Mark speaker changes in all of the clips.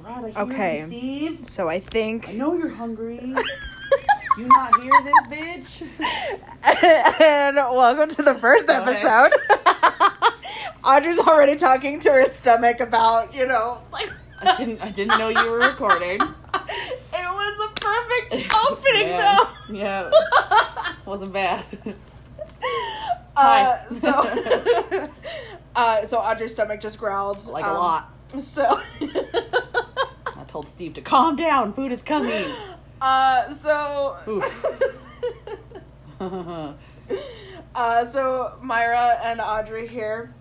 Speaker 1: right, I hear
Speaker 2: Okay.
Speaker 1: you, Steve.
Speaker 2: So I think.
Speaker 1: I know you're hungry. you not hear this, bitch?
Speaker 2: and welcome to the first
Speaker 1: Go ahead.
Speaker 2: episode. Audrey's already talking to her stomach about, you know, like.
Speaker 1: I didn't. I didn't know you were recording.
Speaker 2: it was a perfect opening,
Speaker 1: yeah.
Speaker 2: though.
Speaker 1: Yeah, wasn't bad. Hi.
Speaker 2: Uh, so, uh, so Audrey's stomach just growled
Speaker 1: Like a
Speaker 2: um,
Speaker 1: lot.
Speaker 2: So,
Speaker 1: I told Steve to calm down. Food is coming.
Speaker 2: uh, so, uh, so Myra and Audrey here,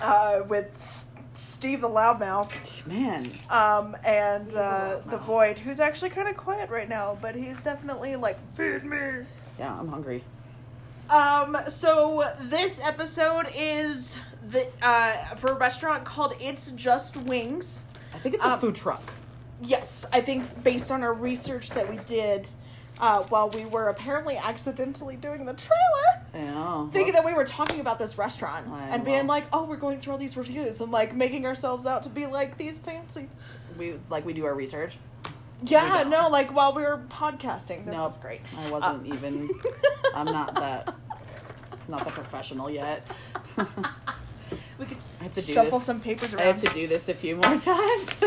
Speaker 2: uh, with S- Steve the loudmouth,
Speaker 1: Man,
Speaker 2: um, and
Speaker 1: a
Speaker 2: uh, the
Speaker 1: loudmouth.
Speaker 2: void, who's actually kind of quiet right now, but he's definitely like feed me.
Speaker 1: yeah, I'm hungry.
Speaker 2: Um, so this episode is the uh, for a restaurant called It's Just Wings.
Speaker 1: I think it's a
Speaker 2: Um,
Speaker 1: food truck.
Speaker 2: Yes, I think based on our research that we did uh, while we were apparently accidentally doing the trailer,
Speaker 1: Yeah,
Speaker 2: thinking
Speaker 1: whoops.
Speaker 2: that we were talking about this restaurant
Speaker 1: I
Speaker 2: and being
Speaker 1: know.
Speaker 2: like, oh, we're going through all these reviews and like making ourselves out to be like these fancy.
Speaker 1: we like we do our research.
Speaker 2: Yeah,
Speaker 1: don't.
Speaker 2: no, like while we were podcasting, this
Speaker 1: No,
Speaker 2: is great. Uh,
Speaker 1: I wasn't even. I'm not that. Not that professional yet. I
Speaker 2: We could
Speaker 1: have to do
Speaker 2: shuffle
Speaker 1: this.
Speaker 2: some papers around.
Speaker 1: I have to do this a few more times.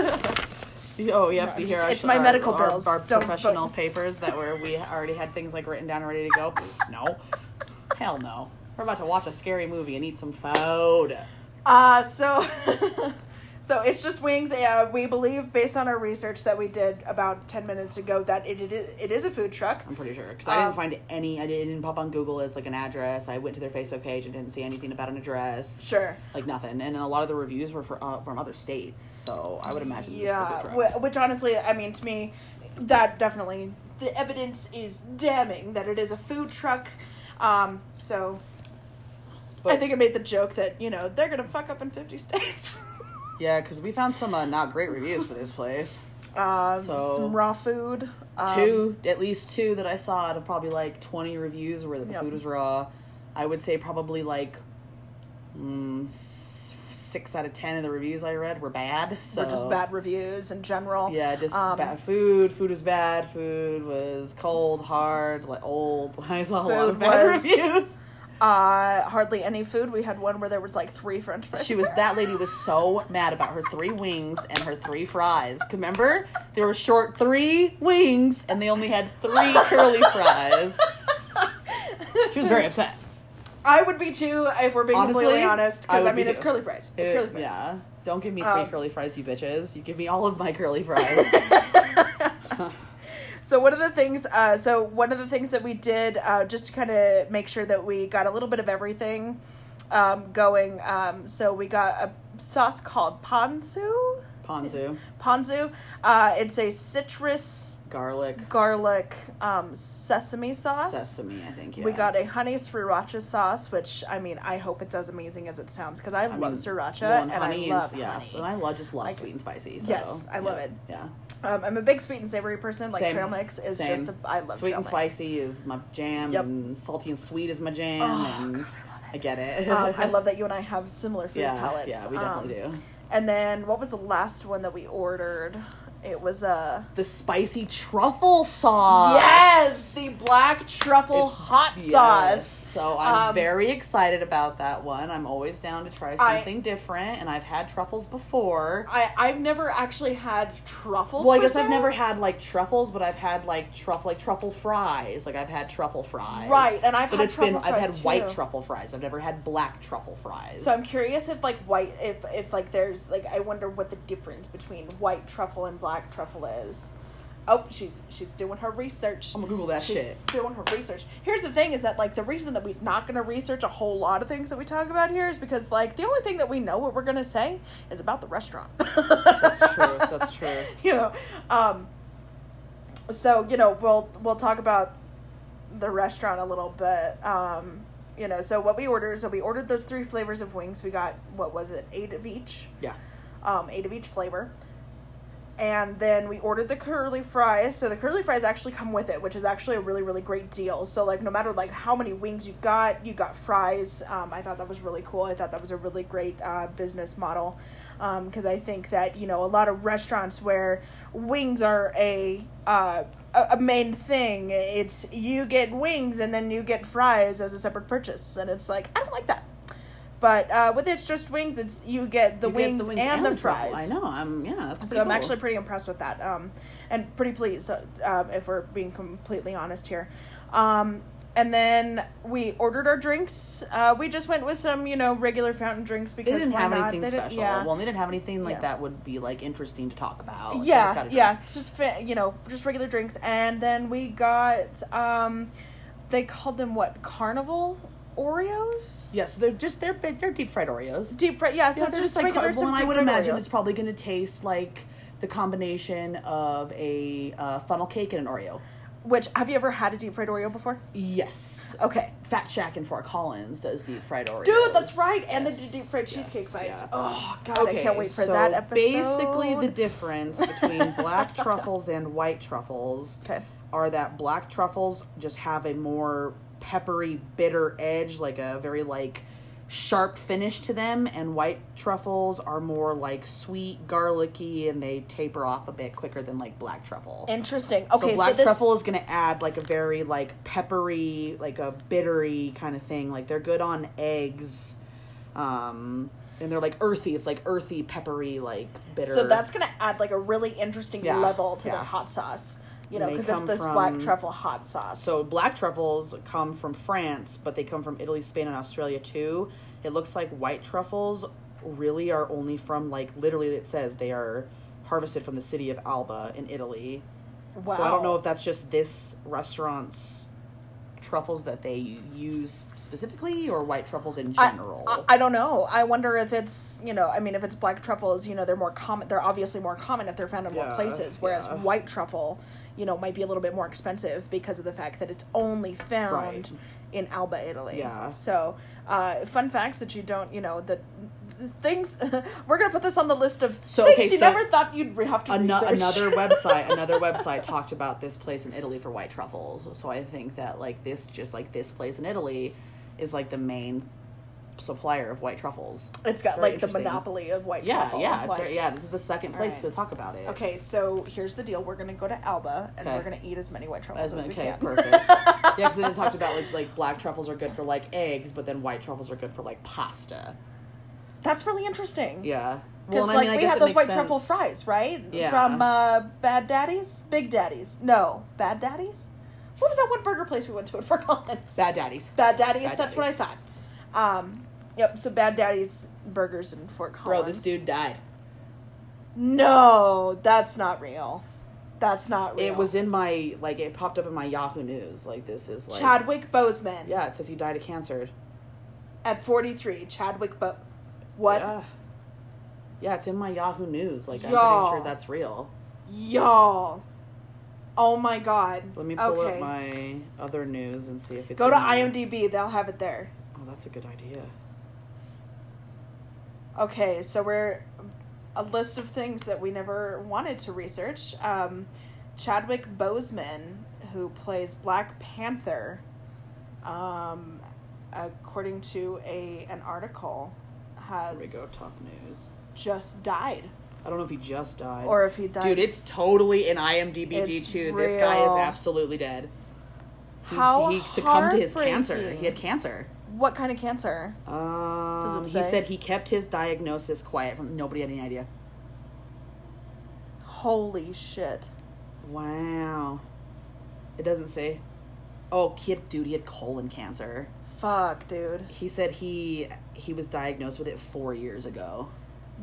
Speaker 1: oh, you have
Speaker 2: No,
Speaker 1: to hear
Speaker 2: just-
Speaker 1: our,
Speaker 2: it's my
Speaker 1: our-
Speaker 2: medical
Speaker 1: our-
Speaker 2: bills.
Speaker 1: Our,
Speaker 2: Don't- but-
Speaker 1: professional papers that were we already had things like written down and ready to go. Pff, no, hell no. We're about to watch a scary movie and eat some food.
Speaker 2: Uh, so, so it's just wings. Uh, we believe, based on our research that we did about ten minutes ago, that it it is, it is a food truck.
Speaker 1: I'm pretty sure because I didn't
Speaker 2: Um,
Speaker 1: find any. I didn't it didn't pop on Google as like an address. I went to their Facebook page and didn't see anything about an address.
Speaker 2: Sure.
Speaker 1: Like nothing, and then a lot of the reviews were for, uh, from other states, so I would imagine.
Speaker 2: Yeah,
Speaker 1: this is a
Speaker 2: wh- which honestly, I mean, to me, that definitely the evidence is damning that it is a food truck. Um, so I
Speaker 1: But-
Speaker 2: think I made the joke that you know they're gonna fuck up in fifty states.
Speaker 1: yeah, because we found some uh, not great reviews for this place.
Speaker 2: um,
Speaker 1: So-
Speaker 2: some raw food. Um,
Speaker 1: Oh. two, at least two that I saw out of probably like 20 reviews where the
Speaker 2: Yep.
Speaker 1: food was raw. I would say probably like mm, s- six out of 10 of the reviews I read were bad. So
Speaker 2: were just bad reviews in general.
Speaker 1: Oh. Yeah, just
Speaker 2: Um,
Speaker 1: bad food. Food was bad. Food was cold, hard, like old. I saw a lot of
Speaker 2: Food
Speaker 1: bad
Speaker 2: was-
Speaker 1: reviews.
Speaker 2: uh hardly any food we had one where there was like three french fries
Speaker 1: She was that lady was so mad about her three wings and her three fries. Remember, they were short three wings and they only had three curly fries. She was very upset.
Speaker 2: i would be too if we're being
Speaker 1: Honestly,
Speaker 2: completely honest
Speaker 1: I
Speaker 2: because
Speaker 1: would
Speaker 2: i mean
Speaker 1: be
Speaker 2: it's
Speaker 1: too.
Speaker 2: curly fries it's
Speaker 1: Uh,
Speaker 2: curly fries
Speaker 1: Yeah. Don't give me three
Speaker 2: Um,
Speaker 1: curly fries, you bitches. You give me all of my curly fries.
Speaker 2: so one of the things uh so one of the things that we did uh just to kind of make sure that we got a little bit of everything um going um so we got a sauce called ponzu
Speaker 1: Ponzu,
Speaker 2: ponzu uh it's a citrus
Speaker 1: garlic,
Speaker 2: garlic um sesame sauce
Speaker 1: sesame. I think. Yeah.
Speaker 2: We got a honey sriracha sauce, which I mean, I hope it's as amazing as it sounds because I,
Speaker 1: I
Speaker 2: love
Speaker 1: mean,
Speaker 2: sriracha
Speaker 1: well,
Speaker 2: and I
Speaker 1: honey is-
Speaker 2: love
Speaker 1: yes, and
Speaker 2: honey.
Speaker 1: I love just love
Speaker 2: Like-
Speaker 1: sweet and spicy. So,
Speaker 2: Yes, I love
Speaker 1: yeah,
Speaker 2: it.
Speaker 1: Yeah.
Speaker 2: um, I'm a big sweet and savory person. Like
Speaker 1: Same.
Speaker 2: trail mix is
Speaker 1: Same.
Speaker 2: just a, I love
Speaker 1: sweet
Speaker 2: trail
Speaker 1: and
Speaker 2: mix.
Speaker 1: spicy is my jam,
Speaker 2: Yep.
Speaker 1: and salty and sweet is my jam,
Speaker 2: Oh,
Speaker 1: and
Speaker 2: God,
Speaker 1: I, get it.
Speaker 2: um, I love that you and I have similar food
Speaker 1: yeah,
Speaker 2: palettes.
Speaker 1: yeah, we
Speaker 2: Um,
Speaker 1: definitely do.
Speaker 2: And then what was the last one that we ordered? It was uh, a
Speaker 1: The spicy truffle sauce.
Speaker 2: yes, the black truffle
Speaker 1: Uh, It's-
Speaker 2: hot
Speaker 1: yes.
Speaker 2: sauce.
Speaker 1: So I'm
Speaker 2: Um,
Speaker 1: very excited about that one. I'm always down to try
Speaker 2: I-
Speaker 1: something different, and I've had truffles before.
Speaker 2: I I've never actually had truffles.
Speaker 1: well, I
Speaker 2: per
Speaker 1: guess I've
Speaker 2: se.
Speaker 1: never had like truffles, but I've had like truffle, like truffle fries. Like I've had truffle fries,
Speaker 2: Right, and I've
Speaker 1: but
Speaker 2: had
Speaker 1: it's been
Speaker 2: truffle
Speaker 1: I've had
Speaker 2: fries,
Speaker 1: white
Speaker 2: too.
Speaker 1: truffle fries. I've never had black truffle fries.
Speaker 2: So I'm curious if like white if if like there's like I wonder what the difference between white truffle and black truffle is. Oh, she's she's doing her research.
Speaker 1: I'm gonna Google that
Speaker 2: She's
Speaker 1: shit.
Speaker 2: doing her research. Here's the thing is that like the reason that we're not gonna research a whole lot of things that we talk about here is because like the only thing that we know what we're gonna say is about the restaurant. That's
Speaker 1: true, that's true.
Speaker 2: You know, um so, you know, we'll we'll talk about the restaurant a little bit. Um, you know, so what we ordered, so we ordered those three flavors of wings. We got what was it, eight of each,
Speaker 1: Yeah,
Speaker 2: um, eight of each flavor, and then we ordered the curly fries. So the curly fries actually come with it, which is actually a really really great deal. So like no matter like how many wings you got, you got fries. Um, I thought that was really cool. I thought that was a really great uh, business model because I think that you know a lot of restaurants where wings are a uh, a a main thing. It's you get wings and then you get fries as a separate purchase, and it's like I don't like that. But uh, with it's just wings, it's you get the,
Speaker 1: You get
Speaker 2: wings, and, the
Speaker 1: truffle.
Speaker 2: fries.
Speaker 1: I know. I'm yeah. That's pretty
Speaker 2: So I'm
Speaker 1: cool.
Speaker 2: actually pretty impressed with that, um, and pretty pleased uh, um, if we're being completely honest here. Um, and then we ordered our drinks. Uh, we just went with some, you know, regular fountain drinks
Speaker 1: They
Speaker 2: because
Speaker 1: didn't
Speaker 2: why
Speaker 1: have
Speaker 2: not?
Speaker 1: anything
Speaker 2: They didn't-
Speaker 1: special.
Speaker 2: yeah.
Speaker 1: Well, they didn't have anything like
Speaker 2: Yeah.
Speaker 1: that would be like interesting to talk about. Like, they just
Speaker 2: yeah,
Speaker 1: got a
Speaker 2: yeah,
Speaker 1: drink.
Speaker 2: it's just fa- you know, just regular drinks, and then we got um, they called them what carnival Oreos,
Speaker 1: Yeah, so they're just they're big, they're deep fried Oreos.
Speaker 2: deep fried, yeah, so
Speaker 1: yeah, they're just like uh,
Speaker 2: regular
Speaker 1: well, I
Speaker 2: deep
Speaker 1: would
Speaker 2: fried
Speaker 1: imagine
Speaker 2: Oreos.
Speaker 1: it's probably going to taste like the combination of a uh, funnel cake and an Oreo.
Speaker 2: Which have you ever had a deep fried Oreo before?
Speaker 1: Yes.
Speaker 2: Okay,
Speaker 1: Fat Shack in Fort Collins does deep fried Oreos.
Speaker 2: Dude, that's right. And the
Speaker 1: Yes,
Speaker 2: deep fried
Speaker 1: yes,
Speaker 2: cheesecake bites.
Speaker 1: yeah.
Speaker 2: Oh, God, I can't wait for
Speaker 1: so
Speaker 2: that episode.
Speaker 1: Basically, the difference between black truffles and white truffles
Speaker 2: Okay.
Speaker 1: are that black truffles just have a more peppery, bitter edge, like a very like sharp finish to them, and white truffles are more like sweet, garlicky, and they taper off a bit quicker than like black truffle.
Speaker 2: Interesting. Okay,
Speaker 1: so
Speaker 2: so,
Speaker 1: black
Speaker 2: this,
Speaker 1: truffle is going to add like a very like peppery, like a bittery kind of thing. Like they're good on eggs, um, and they're like earthy. It's like earthy, peppery, like bitter.
Speaker 2: So that's going to add like a really interesting
Speaker 1: Yeah,
Speaker 2: level to
Speaker 1: yeah.
Speaker 2: this hot sauce. You know,
Speaker 1: They
Speaker 2: because it's
Speaker 1: come
Speaker 2: this
Speaker 1: from-
Speaker 2: black truffle hot sauce.
Speaker 1: So black truffles come from France, but they come from Italy, Spain, and Australia too. It looks like white truffles really are only from like literally it says they are harvested from the city of Alba in Italy.
Speaker 2: wow.
Speaker 1: So I don't know if that's just this restaurant's truffles that they use specifically or white truffles in
Speaker 2: I-
Speaker 1: general.
Speaker 2: I, I don't know. I wonder if it's you know. I mean, if it's black truffles, you know, they're more common. They're obviously more common if they're found in
Speaker 1: Yeah,
Speaker 2: more places. Whereas
Speaker 1: yeah.
Speaker 2: white truffle, you know, might be a little bit more expensive because of the fact that it's only found
Speaker 1: Right.
Speaker 2: in Alba, Italy.
Speaker 1: Yeah.
Speaker 2: So, uh, fun facts that you don't, you know, that things. we're gonna put this on the list of
Speaker 1: So,
Speaker 2: things
Speaker 1: okay,
Speaker 2: you
Speaker 1: so
Speaker 2: never thought you'd re- have to
Speaker 1: Ano-
Speaker 2: research.
Speaker 1: another website another website talked about this place in Italy for white truffles. So I think that like this just like this place in Italy is like the main supplier of white truffles.
Speaker 2: it's got
Speaker 1: Very
Speaker 2: like the
Speaker 1: interesting.
Speaker 2: monopoly of white
Speaker 1: Yeah,
Speaker 2: truffle.
Speaker 1: yeah, it's
Speaker 2: like-
Speaker 1: very- yeah. This is the second place
Speaker 2: Alright.
Speaker 1: to talk about it.
Speaker 2: Okay, so here's the deal. We're gonna go to Alba and
Speaker 1: Okay.
Speaker 2: we're gonna eat as many white truffles
Speaker 1: As-
Speaker 2: as, we
Speaker 1: okay,
Speaker 2: can.
Speaker 1: perfect. yeah, because then it talked about like like black truffles are good for like eggs, but then white truffles are good for like pasta.
Speaker 2: That's really interesting.
Speaker 1: Yeah.
Speaker 2: Because
Speaker 1: and
Speaker 2: like we had those
Speaker 1: makes
Speaker 2: white truffle
Speaker 1: sense.
Speaker 2: fries, right?
Speaker 1: Yeah.
Speaker 2: From uh, Bad Daddies, Big Daddies. No, Bad Daddies. What was that one burger place we went to in Fort Collins?
Speaker 1: Bad daddies.
Speaker 2: Bad Daddies.
Speaker 1: Bad
Speaker 2: that's what I
Speaker 1: Daddies.
Speaker 2: thought. Um, yep. So Bad Daddies burgers in Fort Collins.
Speaker 1: Bro, this dude died.
Speaker 2: No, that's not real. That's not real.
Speaker 1: It was in my like it popped up in my Yahoo News. Like this is like
Speaker 2: Chadwick Boseman.
Speaker 1: Yeah, it says he died of cancer.
Speaker 2: At forty three, Chadwick Bo. What?
Speaker 1: Yeah. Yeah, it's in my Yahoo News. Like I'm
Speaker 2: Y'all.
Speaker 1: pretty sure that's real.
Speaker 2: Y'all. Oh my God.
Speaker 1: Let me pull
Speaker 2: okay.
Speaker 1: up my other news and see if it's
Speaker 2: Go to
Speaker 1: in there.
Speaker 2: IMDb. They'll have it there.
Speaker 1: Oh, that's a good idea.
Speaker 2: Okay, so we're a list of things that we never wanted to research. Um, Chadwick Boseman, who plays Black Panther, um, according to a an article,
Speaker 1: Here we
Speaker 2: has
Speaker 1: go, top news.
Speaker 2: just died,
Speaker 1: I don't know if he just died.
Speaker 2: or if he died,
Speaker 1: Dude, it's totally in IMDb
Speaker 2: It's
Speaker 1: too. This guy is
Speaker 2: real.
Speaker 1: absolutely dead. He-
Speaker 2: how
Speaker 1: he succumbed to his cancer.
Speaker 2: heartbreaking.
Speaker 1: He had cancer.
Speaker 2: what kind of cancer?
Speaker 1: Um, he
Speaker 2: say?
Speaker 1: said he kept his diagnosis quiet from nobody had any idea.
Speaker 2: Holy shit!
Speaker 1: Wow. It doesn't say. Oh, kid, dude, he had colon cancer.
Speaker 2: Fuck, dude!
Speaker 1: He said he he was diagnosed with it four years ago.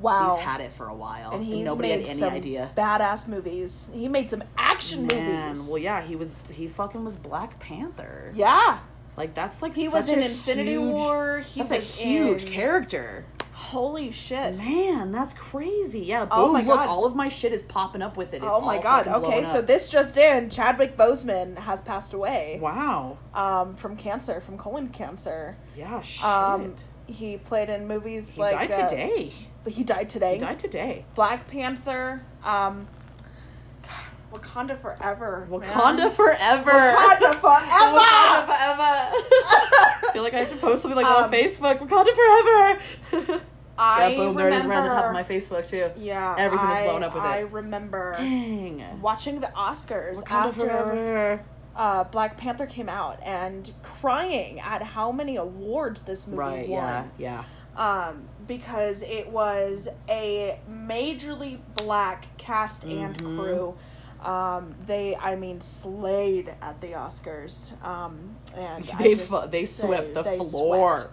Speaker 2: Wow.
Speaker 1: So he's had it for a while, and, nobody had
Speaker 2: made
Speaker 1: any
Speaker 2: some
Speaker 1: idea.
Speaker 2: Badass movies. He made some action
Speaker 1: Man,
Speaker 2: movies.
Speaker 1: well, yeah, he was he fucking was Black Panther.
Speaker 2: yeah.
Speaker 1: Like that's like
Speaker 2: He
Speaker 1: such
Speaker 2: was in
Speaker 1: a
Speaker 2: Infinity
Speaker 1: huge-
Speaker 2: War. He
Speaker 1: that's
Speaker 2: was
Speaker 1: a huge
Speaker 2: in-
Speaker 1: character.
Speaker 2: Holy shit.
Speaker 1: Man, that's crazy. Yeah, boom.
Speaker 2: Oh my
Speaker 1: look,
Speaker 2: God.
Speaker 1: all of my shit is popping up with it. It's
Speaker 2: oh my
Speaker 1: all
Speaker 2: god.
Speaker 1: fucking
Speaker 2: Okay,
Speaker 1: blowing
Speaker 2: so
Speaker 1: up.
Speaker 2: this just in: Chadwick Boseman has passed away
Speaker 1: Wow.
Speaker 2: um, from cancer, from colon cancer.
Speaker 1: Yeah. Shit.
Speaker 2: Um, he played in movies
Speaker 1: he died
Speaker 2: like uh,
Speaker 1: today.
Speaker 2: But he died today.
Speaker 1: He died today.
Speaker 2: Black Panther. Um, Wakanda forever. man.
Speaker 1: Wakanda forever.
Speaker 2: Wakanda
Speaker 1: Wakanda
Speaker 2: forever.
Speaker 1: forever. I feel like I have to post something like that on
Speaker 2: Um,
Speaker 1: Facebook. Wakanda forever.
Speaker 2: I
Speaker 1: yeah, boom, there it is right on the top of my
Speaker 2: remember-
Speaker 1: Facebook too.
Speaker 2: Yeah,
Speaker 1: Everything is
Speaker 2: I-
Speaker 1: blown up with it.
Speaker 2: I remember
Speaker 1: Dang.
Speaker 2: watching the Oscars
Speaker 1: Wakanda
Speaker 2: after
Speaker 1: forever.
Speaker 2: uh, Black Panther came out and crying at how many awards this movie
Speaker 1: Right,
Speaker 2: won.
Speaker 1: yeah, yeah.
Speaker 2: um, because it was a majorly black cast and
Speaker 1: Mhm.
Speaker 2: crew. Um, they, I mean, slayed at the Oscars. Um, and I
Speaker 1: They
Speaker 2: just-
Speaker 1: fu- they swept the
Speaker 2: they
Speaker 1: floor.
Speaker 2: swept.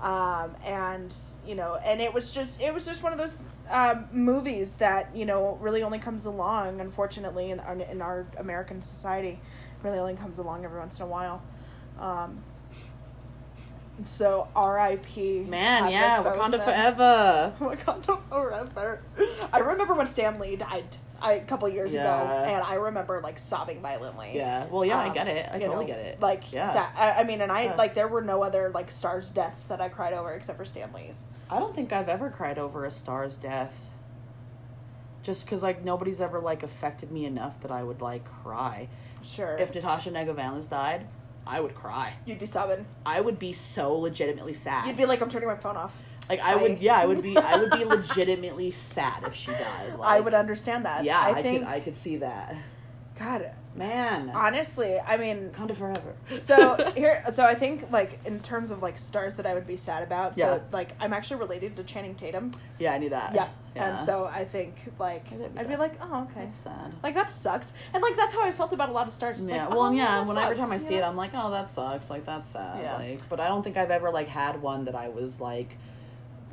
Speaker 2: Um, and you know, and it was just, it was just one of those um, movies that you know really only comes along, unfortunately, in our, in our American society, really only comes along every once in a while. Um, so R.I.P.
Speaker 1: Man,
Speaker 2: Chadwick
Speaker 1: yeah, Wakanda
Speaker 2: Boseman.
Speaker 1: forever.
Speaker 2: Wakanda forever. I remember when Stan Lee died I, a couple years
Speaker 1: Yeah.
Speaker 2: ago, and I remember like sobbing violently.
Speaker 1: Yeah. Well, yeah, I
Speaker 2: Um,
Speaker 1: get it. I
Speaker 2: you
Speaker 1: totally
Speaker 2: know,
Speaker 1: get it.
Speaker 2: Like
Speaker 1: yeah.
Speaker 2: that. I, I mean, and I
Speaker 1: Yeah.
Speaker 2: like there were no other like stars deaths that I cried over except for Stan Lee's.
Speaker 1: I don't think I've ever cried over a star's death. Just because, like, nobody's ever, like, affected me enough that I would, like, cry.
Speaker 2: Sure.
Speaker 1: If Natasha Negovanes died, I would cry.
Speaker 2: you'd be sobbing,
Speaker 1: I would be so legitimately sad.
Speaker 2: you'd be like, I'm turning my phone off.
Speaker 1: like, I
Speaker 2: I-
Speaker 1: would, yeah, I would be, I would be legitimately sad if she died. Like,
Speaker 2: I would understand that.
Speaker 1: Yeah,
Speaker 2: I,
Speaker 1: I,
Speaker 2: think.
Speaker 1: could, I could see that.
Speaker 2: God,
Speaker 1: Man,
Speaker 2: honestly, I mean,
Speaker 1: Wakanda forever.
Speaker 2: so here so i think like in terms of like stars that i would be sad about so
Speaker 1: Yeah.
Speaker 2: like i'm actually related to channing tatum
Speaker 1: yeah, I knew that.
Speaker 2: yeah.
Speaker 1: yeah.
Speaker 2: and so i think like
Speaker 1: Yeah, that'd be
Speaker 2: i'd be
Speaker 1: sad.
Speaker 2: like oh okay
Speaker 1: that's sad.
Speaker 2: like that sucks and like that's how i felt about a lot of stars Just
Speaker 1: yeah.
Speaker 2: like,
Speaker 1: well,
Speaker 2: oh,
Speaker 1: and yeah.
Speaker 2: that
Speaker 1: When every
Speaker 2: sucks,
Speaker 1: time I
Speaker 2: you
Speaker 1: see it,
Speaker 2: know?
Speaker 1: I'm like, oh, that sucks. Like that's sad.
Speaker 2: Yeah.
Speaker 1: Like, but I don't think I've ever like had one that I was like,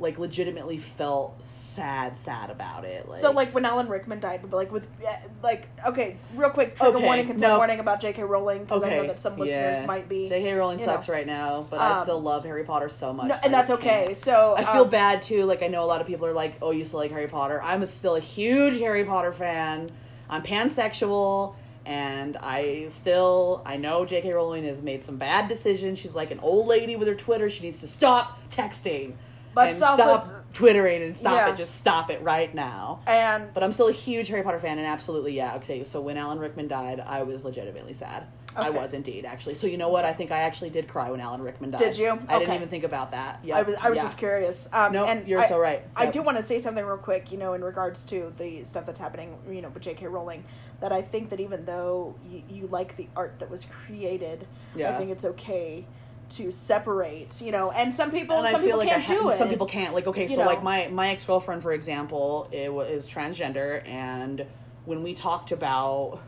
Speaker 1: like legitimately felt sad, sad about it. Like,
Speaker 2: so like when alan rickman died but like with eh, like okay real quick trigger
Speaker 1: Okay,
Speaker 2: warning content
Speaker 1: no.
Speaker 2: warning about jk rowling because i know that some listeners
Speaker 1: yeah.
Speaker 2: might be
Speaker 1: J.K. Rowling
Speaker 2: you
Speaker 1: sucks
Speaker 2: know.
Speaker 1: right now, but
Speaker 2: Um,
Speaker 1: I still love Harry Potter so much.
Speaker 2: no,
Speaker 1: I
Speaker 2: and that's
Speaker 1: just
Speaker 2: okay
Speaker 1: can't.
Speaker 2: so
Speaker 1: I feel
Speaker 2: um,
Speaker 1: bad too. Like I know a lot of people are like, "Oh, you still like Harry Potter?" I'm a- still a huge Harry Potter fan. I'm pansexual, and I still I know J.K. Rowling has made some bad decisions. She's like an old lady with her Twitter. She needs to stop texting
Speaker 2: Let's
Speaker 1: and
Speaker 2: also-
Speaker 1: stop twittering and stop
Speaker 2: Yeah.
Speaker 1: it. Just stop it right now.
Speaker 2: and
Speaker 1: But I'm still a huge Harry Potter fan, and absolutely, yeah. Okay, so when Alan Rickman died, I was legitimately sad. I
Speaker 2: Okay.
Speaker 1: was indeed, actually. So you know what? I think I actually did cry when Alan Rickman died.
Speaker 2: Did you?
Speaker 1: I didn't
Speaker 2: Okay.
Speaker 1: even think about that. Yeah,
Speaker 2: I was I was
Speaker 1: yeah.
Speaker 2: just curious. Um,
Speaker 1: No,
Speaker 2: and
Speaker 1: you're
Speaker 2: I-
Speaker 1: so right.
Speaker 2: I
Speaker 1: Yep.
Speaker 2: do want to say something real quick, you know, in regards to the stuff that's happening, you know, with J.K. Rowling. That I think that even though you, you like the art that was created, I
Speaker 1: Yeah.
Speaker 2: think it's okay to separate, you know. And some people,
Speaker 1: and
Speaker 2: some
Speaker 1: I feel
Speaker 2: people
Speaker 1: like I
Speaker 2: can't
Speaker 1: ha-
Speaker 2: do it.
Speaker 1: some people can't. Like, okay,
Speaker 2: You
Speaker 1: so like
Speaker 2: know.
Speaker 1: my my ex girlfriend, for example, it wa- is transgender, and when we talked about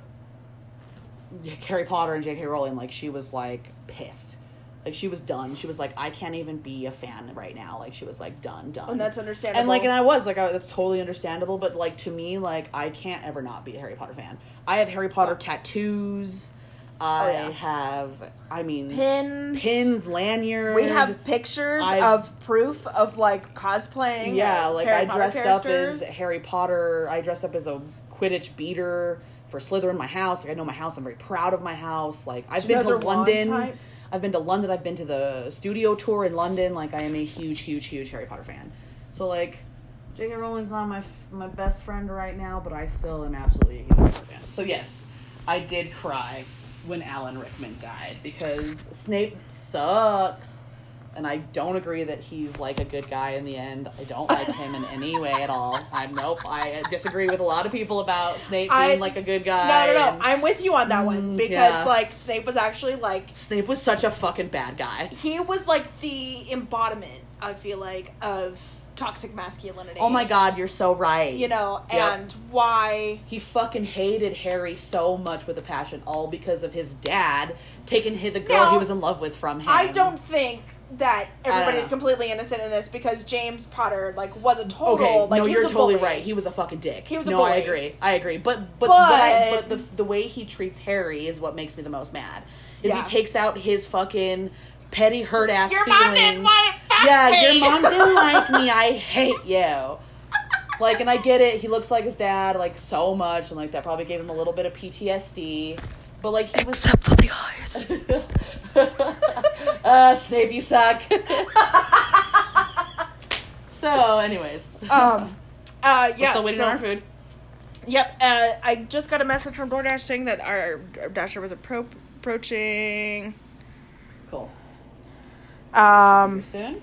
Speaker 1: Harry Potter and J.K. Rowling, like she was like pissed. Like she was done. She was like, I can't even be a fan right now. Like she was like done, done.
Speaker 2: And that's understandable.
Speaker 1: And like, and I was like, I, that's totally understandable. But like to me, like I can't ever not be a Harry Potter fan. I have Harry Potter tattoos. I
Speaker 2: Oh, yeah.
Speaker 1: have. I mean,
Speaker 2: Pins.
Speaker 1: pins, lanyard.
Speaker 2: We have pictures
Speaker 1: I've-
Speaker 2: of proof of like cosplaying.
Speaker 1: Yeah,
Speaker 2: as
Speaker 1: like
Speaker 2: Harry
Speaker 1: I
Speaker 2: Potter
Speaker 1: dressed
Speaker 2: characters.
Speaker 1: up as Harry Potter. I dressed up as a Quidditch beater for Slytherin, my house. Like I know my house. I'm very proud of my house. Like I've
Speaker 2: She
Speaker 1: been
Speaker 2: knows
Speaker 1: to
Speaker 2: her wand
Speaker 1: London.
Speaker 2: type.
Speaker 1: I've been to London. I've been to the studio tour in London. Like I am a huge, huge, huge Harry Potter fan. So like, J.K. Rowling's not my my best friend right now, but I still am absolutely a huge Harry Potter fan. So yes, I did cry when Alan Rickman died because Snape sucks. And I don't agree that he's like a good guy in the end. I don't like him in any way at all. I'm nope. I disagree with a lot of people about Snape being
Speaker 2: I-
Speaker 1: like a good guy.
Speaker 2: No, no, no.
Speaker 1: and-
Speaker 2: I'm with you on that one
Speaker 1: Mm,
Speaker 2: because
Speaker 1: yeah.
Speaker 2: like Snape was actually like
Speaker 1: Snape was such a fucking bad guy.
Speaker 2: he was like the embodiment i feel like of toxic masculinity
Speaker 1: Oh my god, you're so right.
Speaker 2: you know
Speaker 1: Yep.
Speaker 2: and why
Speaker 1: He fucking hated Harry so much with a passion, all because of his dad taking hi- the girl
Speaker 2: Now,
Speaker 1: he was in love with from him.
Speaker 2: i don't think that
Speaker 1: don't
Speaker 2: everybody's
Speaker 1: know.
Speaker 2: completely innocent in this because james potter like was a total
Speaker 1: Okay,
Speaker 2: like
Speaker 1: no,
Speaker 2: he
Speaker 1: you're
Speaker 2: was a
Speaker 1: totally
Speaker 2: bully.
Speaker 1: right. He was a fucking dick.
Speaker 2: He was a
Speaker 1: no, I
Speaker 2: bully.
Speaker 1: agree. I agree. But but but, I-
Speaker 2: But-
Speaker 1: but the the way he treats Harry is what makes me the most mad. Is
Speaker 2: Yeah.
Speaker 1: he takes out his fucking petty hurt ass
Speaker 2: Your
Speaker 1: feelings.
Speaker 2: mom didn't wanna fuck
Speaker 1: yeah,
Speaker 2: me.
Speaker 1: your mom didn't like me. I hate you. Like, and I get it. He looks like his dad, like so much, and like that probably gave him a little bit of PTSD. But like he was
Speaker 3: except for the eyes.
Speaker 1: uh, Snape, you suck. so, anyways,
Speaker 2: um uh yeah
Speaker 1: still waiting
Speaker 2: Um, uh, so-
Speaker 1: on our food.
Speaker 2: Yep. Uh, I just got a message from DoorDash saying that our dasher was appro- approaching.
Speaker 1: Cool.
Speaker 2: Um,
Speaker 1: Soon?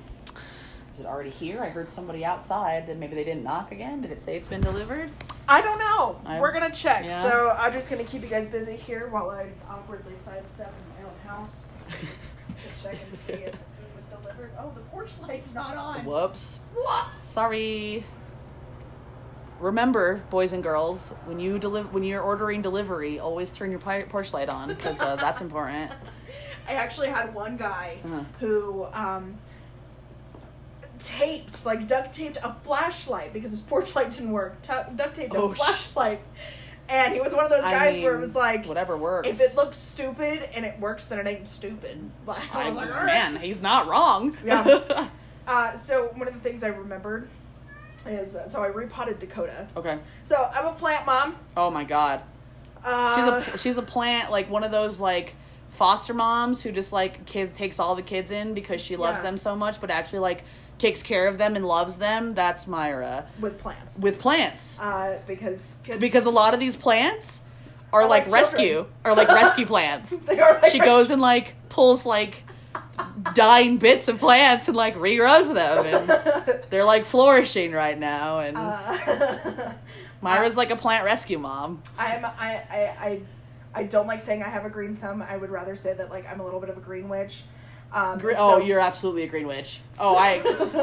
Speaker 1: Is it already here? I heard somebody outside and maybe they didn't knock again. Did it say it's been delivered?
Speaker 2: I don't know.
Speaker 1: I-
Speaker 2: We're gonna check.
Speaker 1: yeah.
Speaker 2: So I'm just gonna keep you guys busy here while I awkwardly sidestep in my own house to check and see if the food was delivered. Oh, the porch light's not on.
Speaker 1: Whoops.
Speaker 2: Whoops.
Speaker 1: Sorry. Remember, boys and girls, when you deliver when you're ordering delivery, always turn your pi- porch light on because uh, that's important.
Speaker 2: I actually had one guy
Speaker 1: Uh-huh.
Speaker 2: who um, taped, like duct taped a flashlight because his porch light didn't work. Tu- duct taped
Speaker 1: Oh,
Speaker 2: a
Speaker 1: sh-
Speaker 2: flashlight. And he was one of those
Speaker 1: I
Speaker 2: guys where it
Speaker 1: mean,
Speaker 2: was like,
Speaker 1: whatever works.
Speaker 2: if it looks stupid and it works, then it ain't stupid. Like, I
Speaker 1: I-
Speaker 2: was like, all right.
Speaker 1: man, he's not wrong.
Speaker 2: Yeah. Uh, so one of the things I remembered is uh, so I repotted Dakota.
Speaker 1: okay.
Speaker 2: So I'm a plant mom.
Speaker 1: Oh my god.
Speaker 2: Uh,
Speaker 1: She's a she's a plant like one of those like foster moms who just like kid takes all the kids in because she loves
Speaker 2: Yeah.
Speaker 1: them so much, but actually like takes care of them and loves them. That's Myra
Speaker 2: with plants.
Speaker 1: with plants
Speaker 2: uh, because kids,
Speaker 1: because a lot of these plants are
Speaker 2: Are
Speaker 1: like,
Speaker 2: like children.
Speaker 1: rescue are like rescue plants.
Speaker 2: they are
Speaker 1: She goes and like pulls like dying bits of plants and like regrows them and they're like flourishing right now and
Speaker 2: Uh,
Speaker 1: Myra's like a plant rescue mom.
Speaker 2: I'm I, I I I don't like saying I have a green thumb. I would rather say that like I'm a little bit of a green witch. Um,
Speaker 1: Gre-
Speaker 2: so-
Speaker 1: oh, you're absolutely a green witch. Oh, I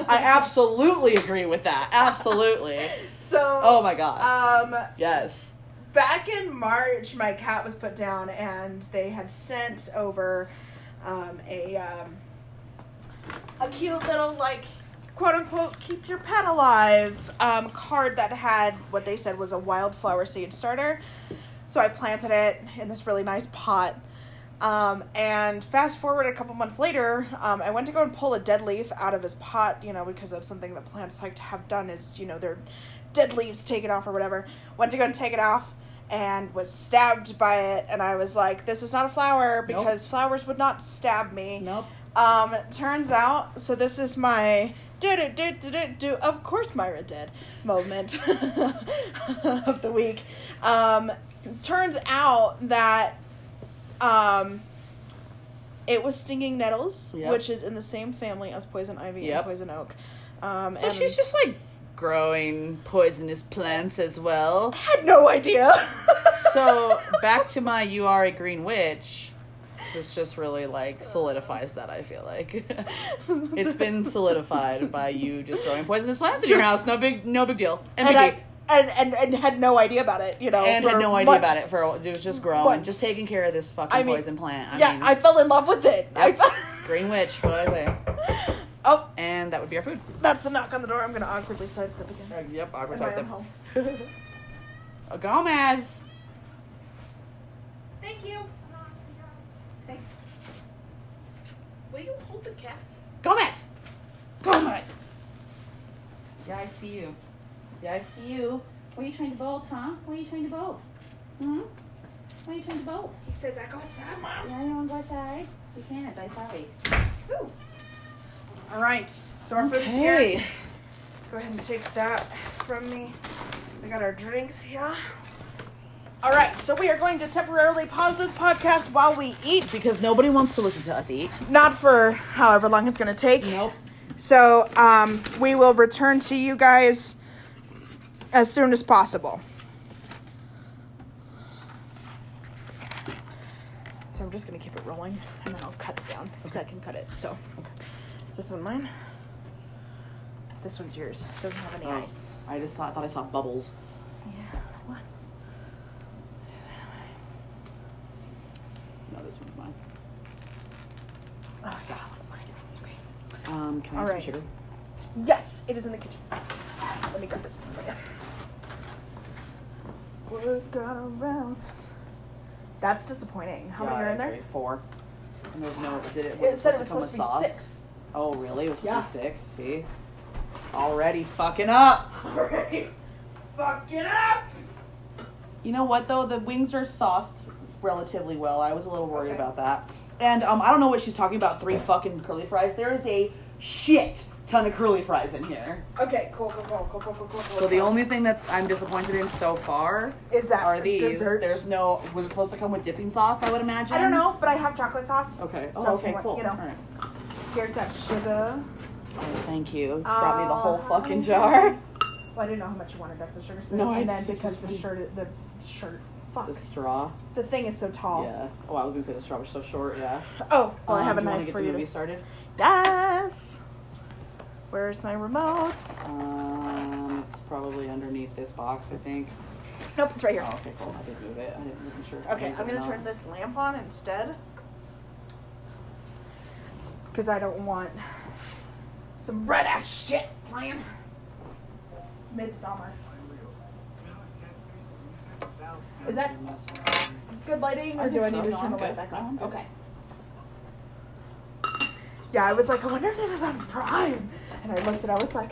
Speaker 1: I absolutely agree with that. Absolutely.
Speaker 2: so.
Speaker 1: Oh my god.
Speaker 2: Um,
Speaker 1: Yes.
Speaker 2: back in March, my cat was put down, and they had sent over um, a um, a cute little like quote unquote keep your pet alive um, card that had what they said was a wildflower seed starter. So I planted it in this really nice pot. Um, and fast forward a couple months later, um, I went to go and pull a dead leaf out of his pot, you know, because that's something that plants like to have done is, you know, their dead leaves taken off or whatever. Went to go and take it off and was stabbed by it. And I was like, this is not a flower
Speaker 1: Nope.
Speaker 2: because flowers would not stab me.
Speaker 1: Nope.
Speaker 2: Um, turns out, so this is my do do do do do do. Of course, Myra did moment of the week. Um, turns out that um, it was stinging nettles,
Speaker 1: Yep.
Speaker 2: which is in the same family as poison ivy
Speaker 1: Yep.
Speaker 2: and poison oak. Um,
Speaker 1: So
Speaker 2: and
Speaker 1: she's just like growing poisonous plants as well.
Speaker 2: had no idea.
Speaker 1: So back to my you are a green witch. This just really like solidifies that I feel like. it's been solidified by you just growing poisonous plants in your
Speaker 2: Just-
Speaker 1: house. No big no big deal. And,
Speaker 2: and I and, and and had no idea about it. You know,
Speaker 1: and
Speaker 2: for
Speaker 1: had no idea about
Speaker 2: months.
Speaker 1: it for a while. it was just growing,
Speaker 2: Months.
Speaker 1: just taking care of this fucking
Speaker 2: I mean-
Speaker 1: poison plant. I
Speaker 2: yeah,
Speaker 1: mean,
Speaker 2: I fell in love with it. I
Speaker 1: Yep.
Speaker 2: fe-
Speaker 1: Green Witch, what did I say?
Speaker 2: oh,
Speaker 1: And that would be our food.
Speaker 2: That's the knock on the door. I'm gonna awkwardly sidestep again.
Speaker 1: Uh, yep, awkward
Speaker 2: Am I on home?
Speaker 1: Gomez.
Speaker 2: Thank you. Thanks. Will you hold the cat?
Speaker 1: Gomez. Gomez. Yeah, I see you. Yeah, I see you. What are you trying to bolt, huh? What are you trying to bolt? Hmm? What are you trying to bolt?
Speaker 2: He says I go outside, mom.
Speaker 1: Yeah, you want to go outside? You can't, I sorry.
Speaker 2: Ooh. All right. So our food's here.
Speaker 1: Okay.
Speaker 2: Go ahead and take that from me. We got our drinks here. All right. So we are going to temporarily pause this podcast while we eat.
Speaker 1: Because nobody wants to listen to us eat.
Speaker 2: Not for however long it's gonna take. So um, we will return to you guys as soon as possible. So I'm just gonna keep it rolling, and then I'll cut it down because I can cut it. So, is this one mine? This one's yours. Doesn't have any ice.
Speaker 1: I just saw, I thought I saw bubbles.
Speaker 2: Yeah. What?
Speaker 1: No, this one's mine.
Speaker 2: Oh yeah, what's mine? Okay.
Speaker 1: Um, can I
Speaker 2: All
Speaker 1: have some
Speaker 2: right.
Speaker 1: sugar?
Speaker 2: Yes, it is in the kitchen. Let me grab it for you. What got around? That's disappointing. How many
Speaker 1: Yeah,
Speaker 2: are
Speaker 1: I
Speaker 2: in there?
Speaker 1: agree. Four. And there's no. Did it?
Speaker 2: It said it was
Speaker 1: come
Speaker 2: supposed to be
Speaker 1: with sauce?
Speaker 2: six.
Speaker 1: Oh, really? It was
Speaker 2: Yeah.
Speaker 1: supposed to be six. See, already fucking up.
Speaker 2: Alright. Fuck it up!
Speaker 1: You know what though? The wings are sauced relatively well. I was a little worried
Speaker 2: Okay.
Speaker 1: about that. And um, I don't know what she's talking about. Three fucking curly fries. There is a shit ton of curly fries in here.
Speaker 2: Okay, cool, cool, cool, cool, cool, cool, cool.
Speaker 1: So the only thing that's I'm disappointed in so far
Speaker 2: is that
Speaker 1: are these.
Speaker 2: desserts.
Speaker 1: There's no. Was it supposed to come with dipping sauce? I would imagine.
Speaker 2: I don't know, but I have chocolate sauce.
Speaker 1: Okay.
Speaker 2: So
Speaker 1: oh,
Speaker 2: if you
Speaker 1: okay.
Speaker 2: want-
Speaker 1: Cool.
Speaker 2: You know,
Speaker 1: All right.
Speaker 2: here's that sugar.
Speaker 1: Oh, thank you. Brought me the whole
Speaker 2: Uh,
Speaker 1: fucking jar.
Speaker 2: Well, I didn't know how much you wanted. That's a sugar spoon.
Speaker 1: No, I-
Speaker 2: and then
Speaker 1: it's
Speaker 2: because
Speaker 1: just
Speaker 2: the
Speaker 1: fine.
Speaker 2: shirt, the shirt, fuck,
Speaker 1: The straw.
Speaker 2: the thing is so tall.
Speaker 1: Yeah. Oh, I was gonna say the straw was so short. Yeah.
Speaker 2: Oh, well, I
Speaker 1: Um,
Speaker 2: have a
Speaker 1: do you wanna
Speaker 2: knife
Speaker 1: get
Speaker 2: for
Speaker 1: the
Speaker 2: you.
Speaker 1: movie
Speaker 2: To...
Speaker 1: started.
Speaker 2: Yes. Where's my remote?
Speaker 1: Um, it's probably underneath this box, I think.
Speaker 2: Nope, it's right here.
Speaker 1: Oh, okay, cool. I didn't move it. I didn't wasn't sure. if I
Speaker 2: Okay,
Speaker 1: moved
Speaker 2: I'm
Speaker 1: it or
Speaker 2: gonna
Speaker 1: not.
Speaker 2: turn this lamp on instead. Cause I don't want some red ass shit playing. Midsummer. Is that good lighting,
Speaker 1: I
Speaker 2: or do
Speaker 1: think
Speaker 2: I need
Speaker 1: so.
Speaker 2: to
Speaker 1: No,
Speaker 2: turn
Speaker 1: I'm
Speaker 2: the light
Speaker 1: good.
Speaker 2: back
Speaker 1: No,
Speaker 2: on?
Speaker 1: I'm good.
Speaker 2: Okay. Yeah, I was like, I wonder if this is on Prime, and I looked and I was like,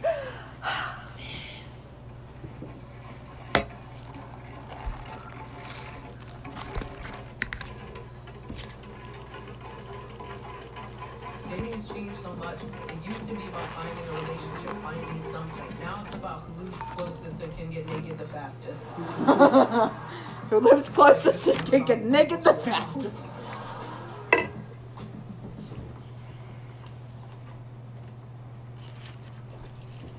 Speaker 3: Dating has changed so much. It used to be about finding a relationship, finding something. Now it's about who's closest and can get naked the fastest.
Speaker 2: who lives closest and can get naked the fastest?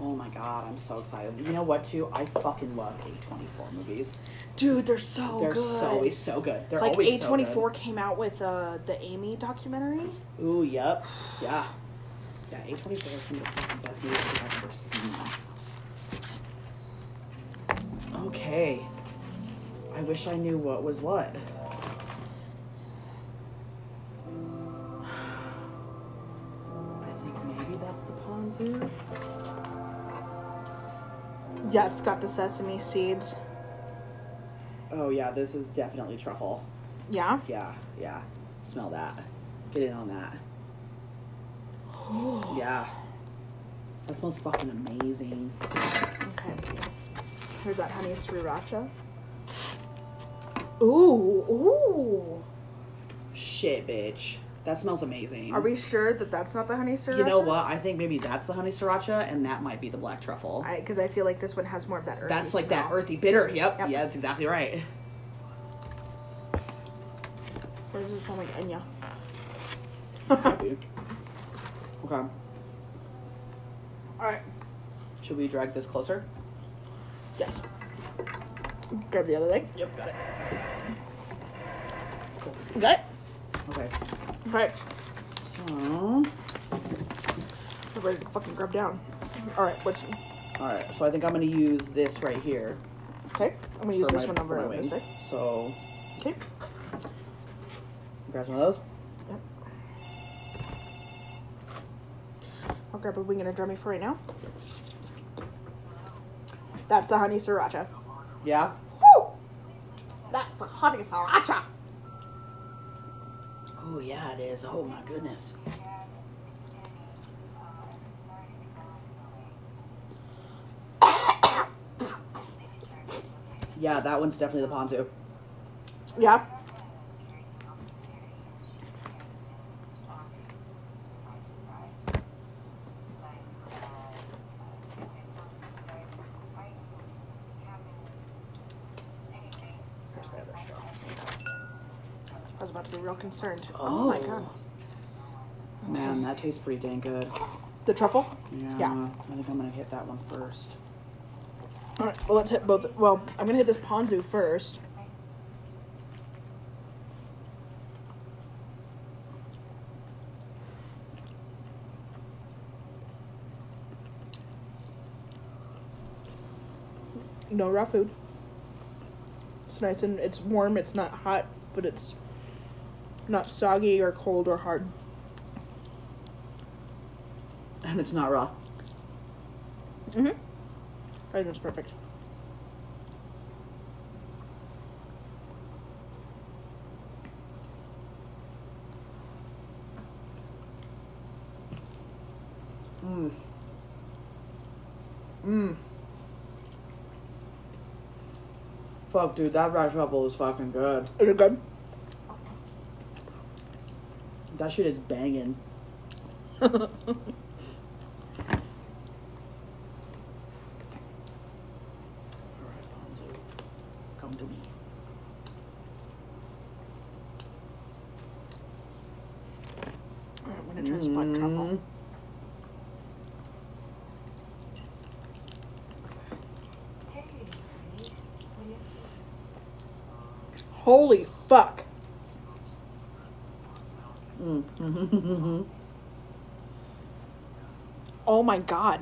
Speaker 1: Oh my god, I'm so excited. You know what, too? I fucking love A24 movies.
Speaker 2: Dude, they're so
Speaker 1: They're
Speaker 2: Oh, good.
Speaker 1: so always so good. They're
Speaker 2: like
Speaker 1: always
Speaker 2: A24
Speaker 1: so
Speaker 2: came out with uh, the Amy documentary.
Speaker 1: good. Ooh, yep. Yeah. Yeah, A24 is some of the fucking best movies I've ever seen. Okay. I wish I knew what was what. I think maybe that's the Ponzu.
Speaker 2: Yeah, it's got the sesame seeds.
Speaker 1: Oh, yeah, this is definitely truffle.
Speaker 2: Yeah.
Speaker 1: Yeah, yeah. Smell that. Get in on that. yeah. That smells fucking amazing.
Speaker 2: Okay. Here's that honey sriracha. Ooh, ooh.
Speaker 1: Shit, bitch. That smells amazing.
Speaker 2: Are we sure that that's not the honey sriracha?
Speaker 1: You know what? I think maybe that's the honey sriracha, and that might be the black truffle.
Speaker 2: Because I, feel like this one has more of that earthy.
Speaker 1: that's like that
Speaker 2: smell.
Speaker 1: earthy bitter. Yep.
Speaker 2: Yep.
Speaker 1: Yeah, that's exactly right.
Speaker 2: Or does it sound like Enya?
Speaker 1: okay. All right. Should we drag this closer?
Speaker 2: Yes. Grab the other leg.
Speaker 1: Yep, got it.
Speaker 2: Got
Speaker 1: Okay. Um,
Speaker 2: it. Right.
Speaker 1: So.
Speaker 2: I'm ready to fucking grab down. All right. What's
Speaker 1: All right, so I think I'm gonna use this right here.
Speaker 2: okay? I'm gonna use
Speaker 1: for
Speaker 2: this
Speaker 1: my-
Speaker 2: one
Speaker 1: for
Speaker 2: over
Speaker 1: my
Speaker 2: on this
Speaker 1: wings.
Speaker 2: side.
Speaker 1: So
Speaker 2: Okay.
Speaker 1: grab some of those.
Speaker 2: Yep. I'll grab a wing and a drummy for right now. That's the honey sriracha.
Speaker 1: Yeah.
Speaker 2: Woo! That's the honey sriracha.
Speaker 1: Oh yeah, it is. Oh my goodness. Yeah, that one's definitely the ponzu.
Speaker 2: Yeah. Here's my other straw. I was about to be real concerned. Oh, my
Speaker 1: Oh.
Speaker 2: god.
Speaker 1: Man, that tastes pretty dang good.
Speaker 2: The truffle?
Speaker 1: Yeah.
Speaker 2: Yeah.
Speaker 1: I think I'm gonna hit that one first.
Speaker 2: Alright, well let's hit both well, I'm gonna hit this ponzu first. No raw food. It's nice and it's warm, it's not hot, but it's not soggy or cold or hard.
Speaker 1: And it's not raw.
Speaker 2: Mm-hmm. I think it's perfect.
Speaker 1: Mmm. Mmm. Fuck, dude, that red truffle is fucking good.
Speaker 2: Is it good?
Speaker 1: That shit is banging. going to be.
Speaker 2: All right,
Speaker 1: Mm-hmm.
Speaker 2: I'm gonna try this black truffle.
Speaker 4: Hey, sweetie. What do you have to do?
Speaker 2: Holy fuck!
Speaker 1: Mm.
Speaker 2: Oh my god.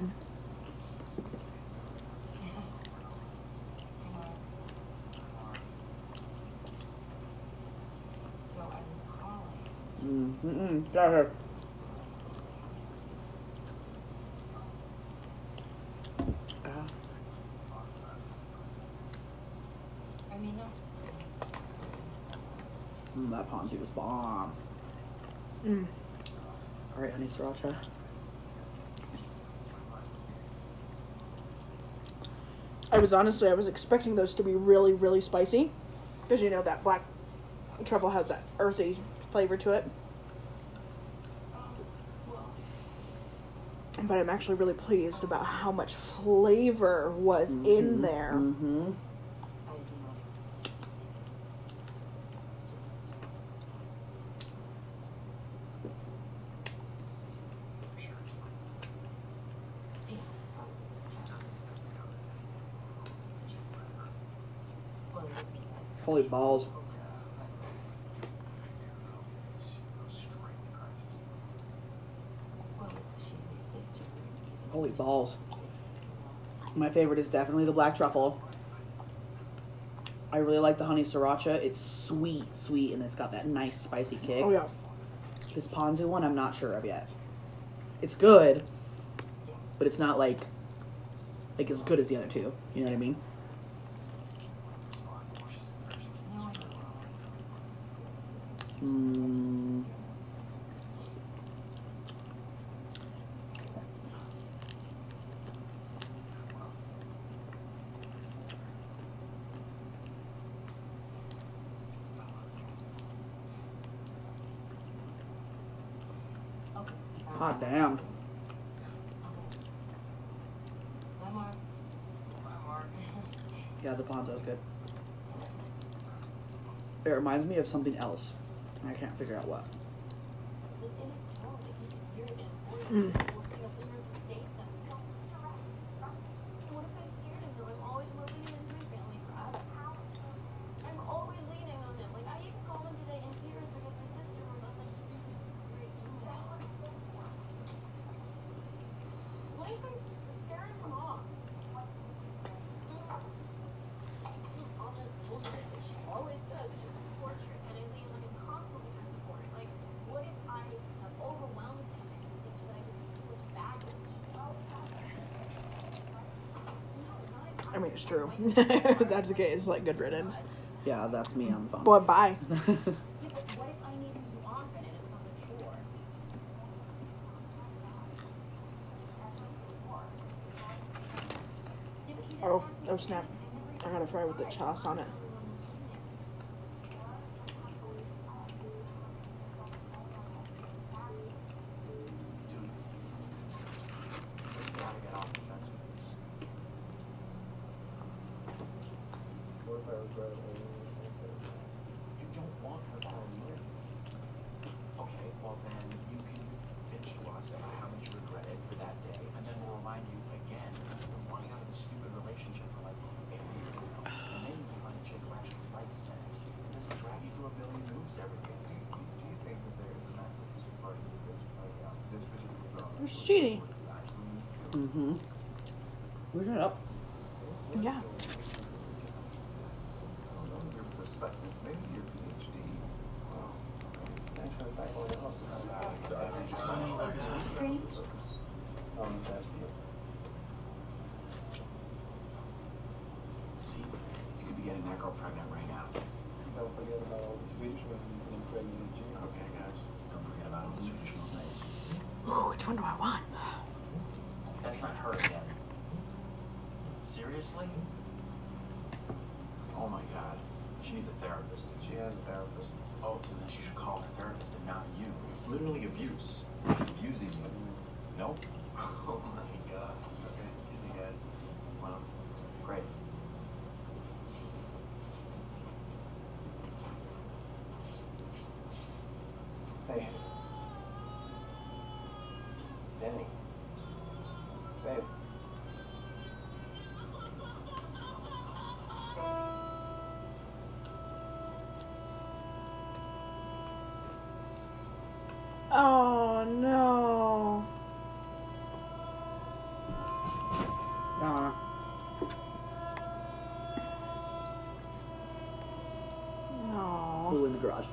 Speaker 4: So I was calling.
Speaker 1: Mm-mm. Got her. Ah.
Speaker 4: I mean, no.
Speaker 1: Mm, that ponzu was bomb.
Speaker 2: Mm.
Speaker 1: All right, honey, sriracha.
Speaker 2: I was honestly, I was expecting those to be really, really spicy. Because you know that black truffle has that earthy flavor to it. But I'm actually really pleased about how much flavor was in there.
Speaker 1: Mm-hmm.
Speaker 4: I do not.
Speaker 1: Holy balls. Holy balls. My favorite is definitely the black truffle. I really like the honey sriracha. It's sweet, sweet, and it's got that nice spicy kick.
Speaker 2: Oh, yeah.
Speaker 1: This ponzu one, I'm not sure of yet. It's good, but it's not like like as good as the other two. You know what I mean? Mm. Hot damn. Yeah, the ponzo's good. It reminds me of something else. and I can't figure out what.
Speaker 5: Always does, and it's torturing, and I lean on him constantly for support. Like, what if I have overwhelmed him and he thinks that I just need too much baggage?
Speaker 2: I mean, it's true. That's the case. Like, good riddance.
Speaker 1: Yeah, that's me on the phone.
Speaker 2: But bye.
Speaker 5: Yeah, but what if I need him too often and it becomes a chore? Yeah, but he just
Speaker 2: Oh,
Speaker 5: asked me
Speaker 2: oh
Speaker 5: to do
Speaker 2: snap.
Speaker 5: it, and I never
Speaker 2: I gotta fry with the sauce on it.
Speaker 6: You don't want her to live. Okay, well then you can bitch to us about how much you regret it for that day, and then we'll remind you again that you're wanting out of this stupid relationship for like a year now. And then you find a chick who actually likes sex, and this will drag you through a billion moves every day.
Speaker 7: Do you, do you think that there is a massive history part of this playing out this particular drama?
Speaker 2: It's cheating.
Speaker 1: mm-hmm. We turn it up.
Speaker 2: Yeah.
Speaker 7: I don't know your prospectus, maybe your PhD. Well, natural psychoanalysis. Doctor's Um, that's for you.
Speaker 6: See, you could be getting that girl pregnant right now.
Speaker 7: Don't forget about all the Swedish women who've been pregnant in jail.
Speaker 6: Okay, guys, don't forget about all the Swedish movies.
Speaker 2: Ooh, which one do I want?
Speaker 6: That's not her again. Seriously? Oh my god. She needs a therapist.
Speaker 7: She has a therapist.
Speaker 6: Oh, so then she should call her therapist and not you. It's literally abuse. She's abusing you. Nope. Oh my god. Okay, excuse me guys. Well, great.
Speaker 2: Oh no.
Speaker 1: Donna.
Speaker 2: No.
Speaker 1: Who in the garage?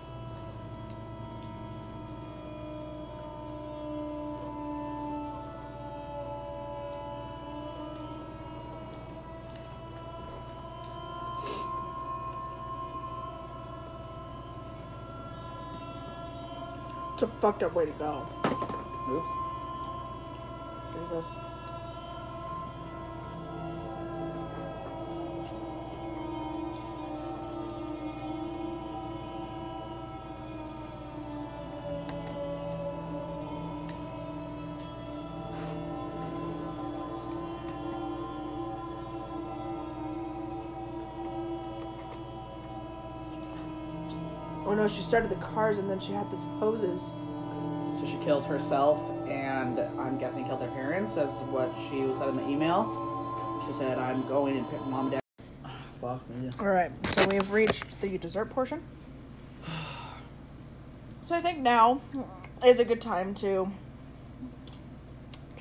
Speaker 2: It's a fucked up way to go.
Speaker 1: Oops. There's us.
Speaker 2: Oh no, she started the cars and then she had this hoses.
Speaker 1: So she killed herself and I'm guessing killed her parents, as what she said in the email. She said, I'm going and pick mom and dad. Ah, Fuck me.
Speaker 2: Alright, so we've reached the dessert portion. So I think now is a good time to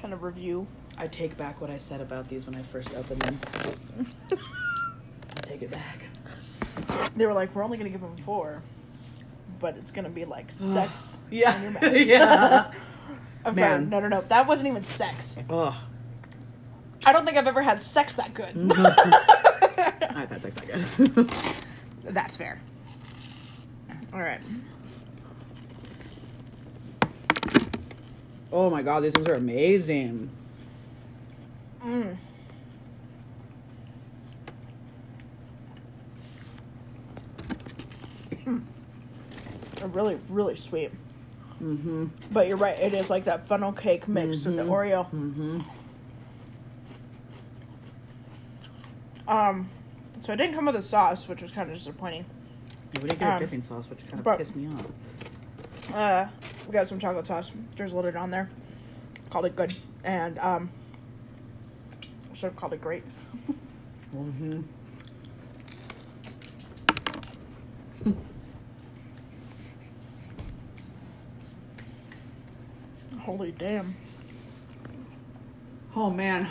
Speaker 2: kind of review.
Speaker 1: I take back what I said about these when I first opened them. I take it back.
Speaker 2: They were like, we're only gonna give them four, but it's gonna be like sex.
Speaker 1: Yeah.
Speaker 2: in your mouth."
Speaker 1: yeah.
Speaker 2: I'm sorry.
Speaker 1: Man.
Speaker 2: No, no, no. That wasn't even sex.
Speaker 1: Ugh.
Speaker 2: I don't think I've ever had sex that good.
Speaker 1: I've had sex that good.
Speaker 2: That's fair. All right.
Speaker 1: oh my god, these things are amazing.
Speaker 2: They're really, really sweet. Mm-hmm. But you're right. It is like that funnel cake mixed with the Oreo. Mm-hmm. Um, so it didn't come with a sauce, which was kind of disappointing.
Speaker 1: We didn't get a
Speaker 2: Um,
Speaker 1: dipping sauce, which kind of
Speaker 2: but-
Speaker 1: pissed me off.
Speaker 2: Uh, we got some chocolate sauce. Drizzled it on there. Called it good. And, um, should have called it great. Holy damn.
Speaker 1: Oh man.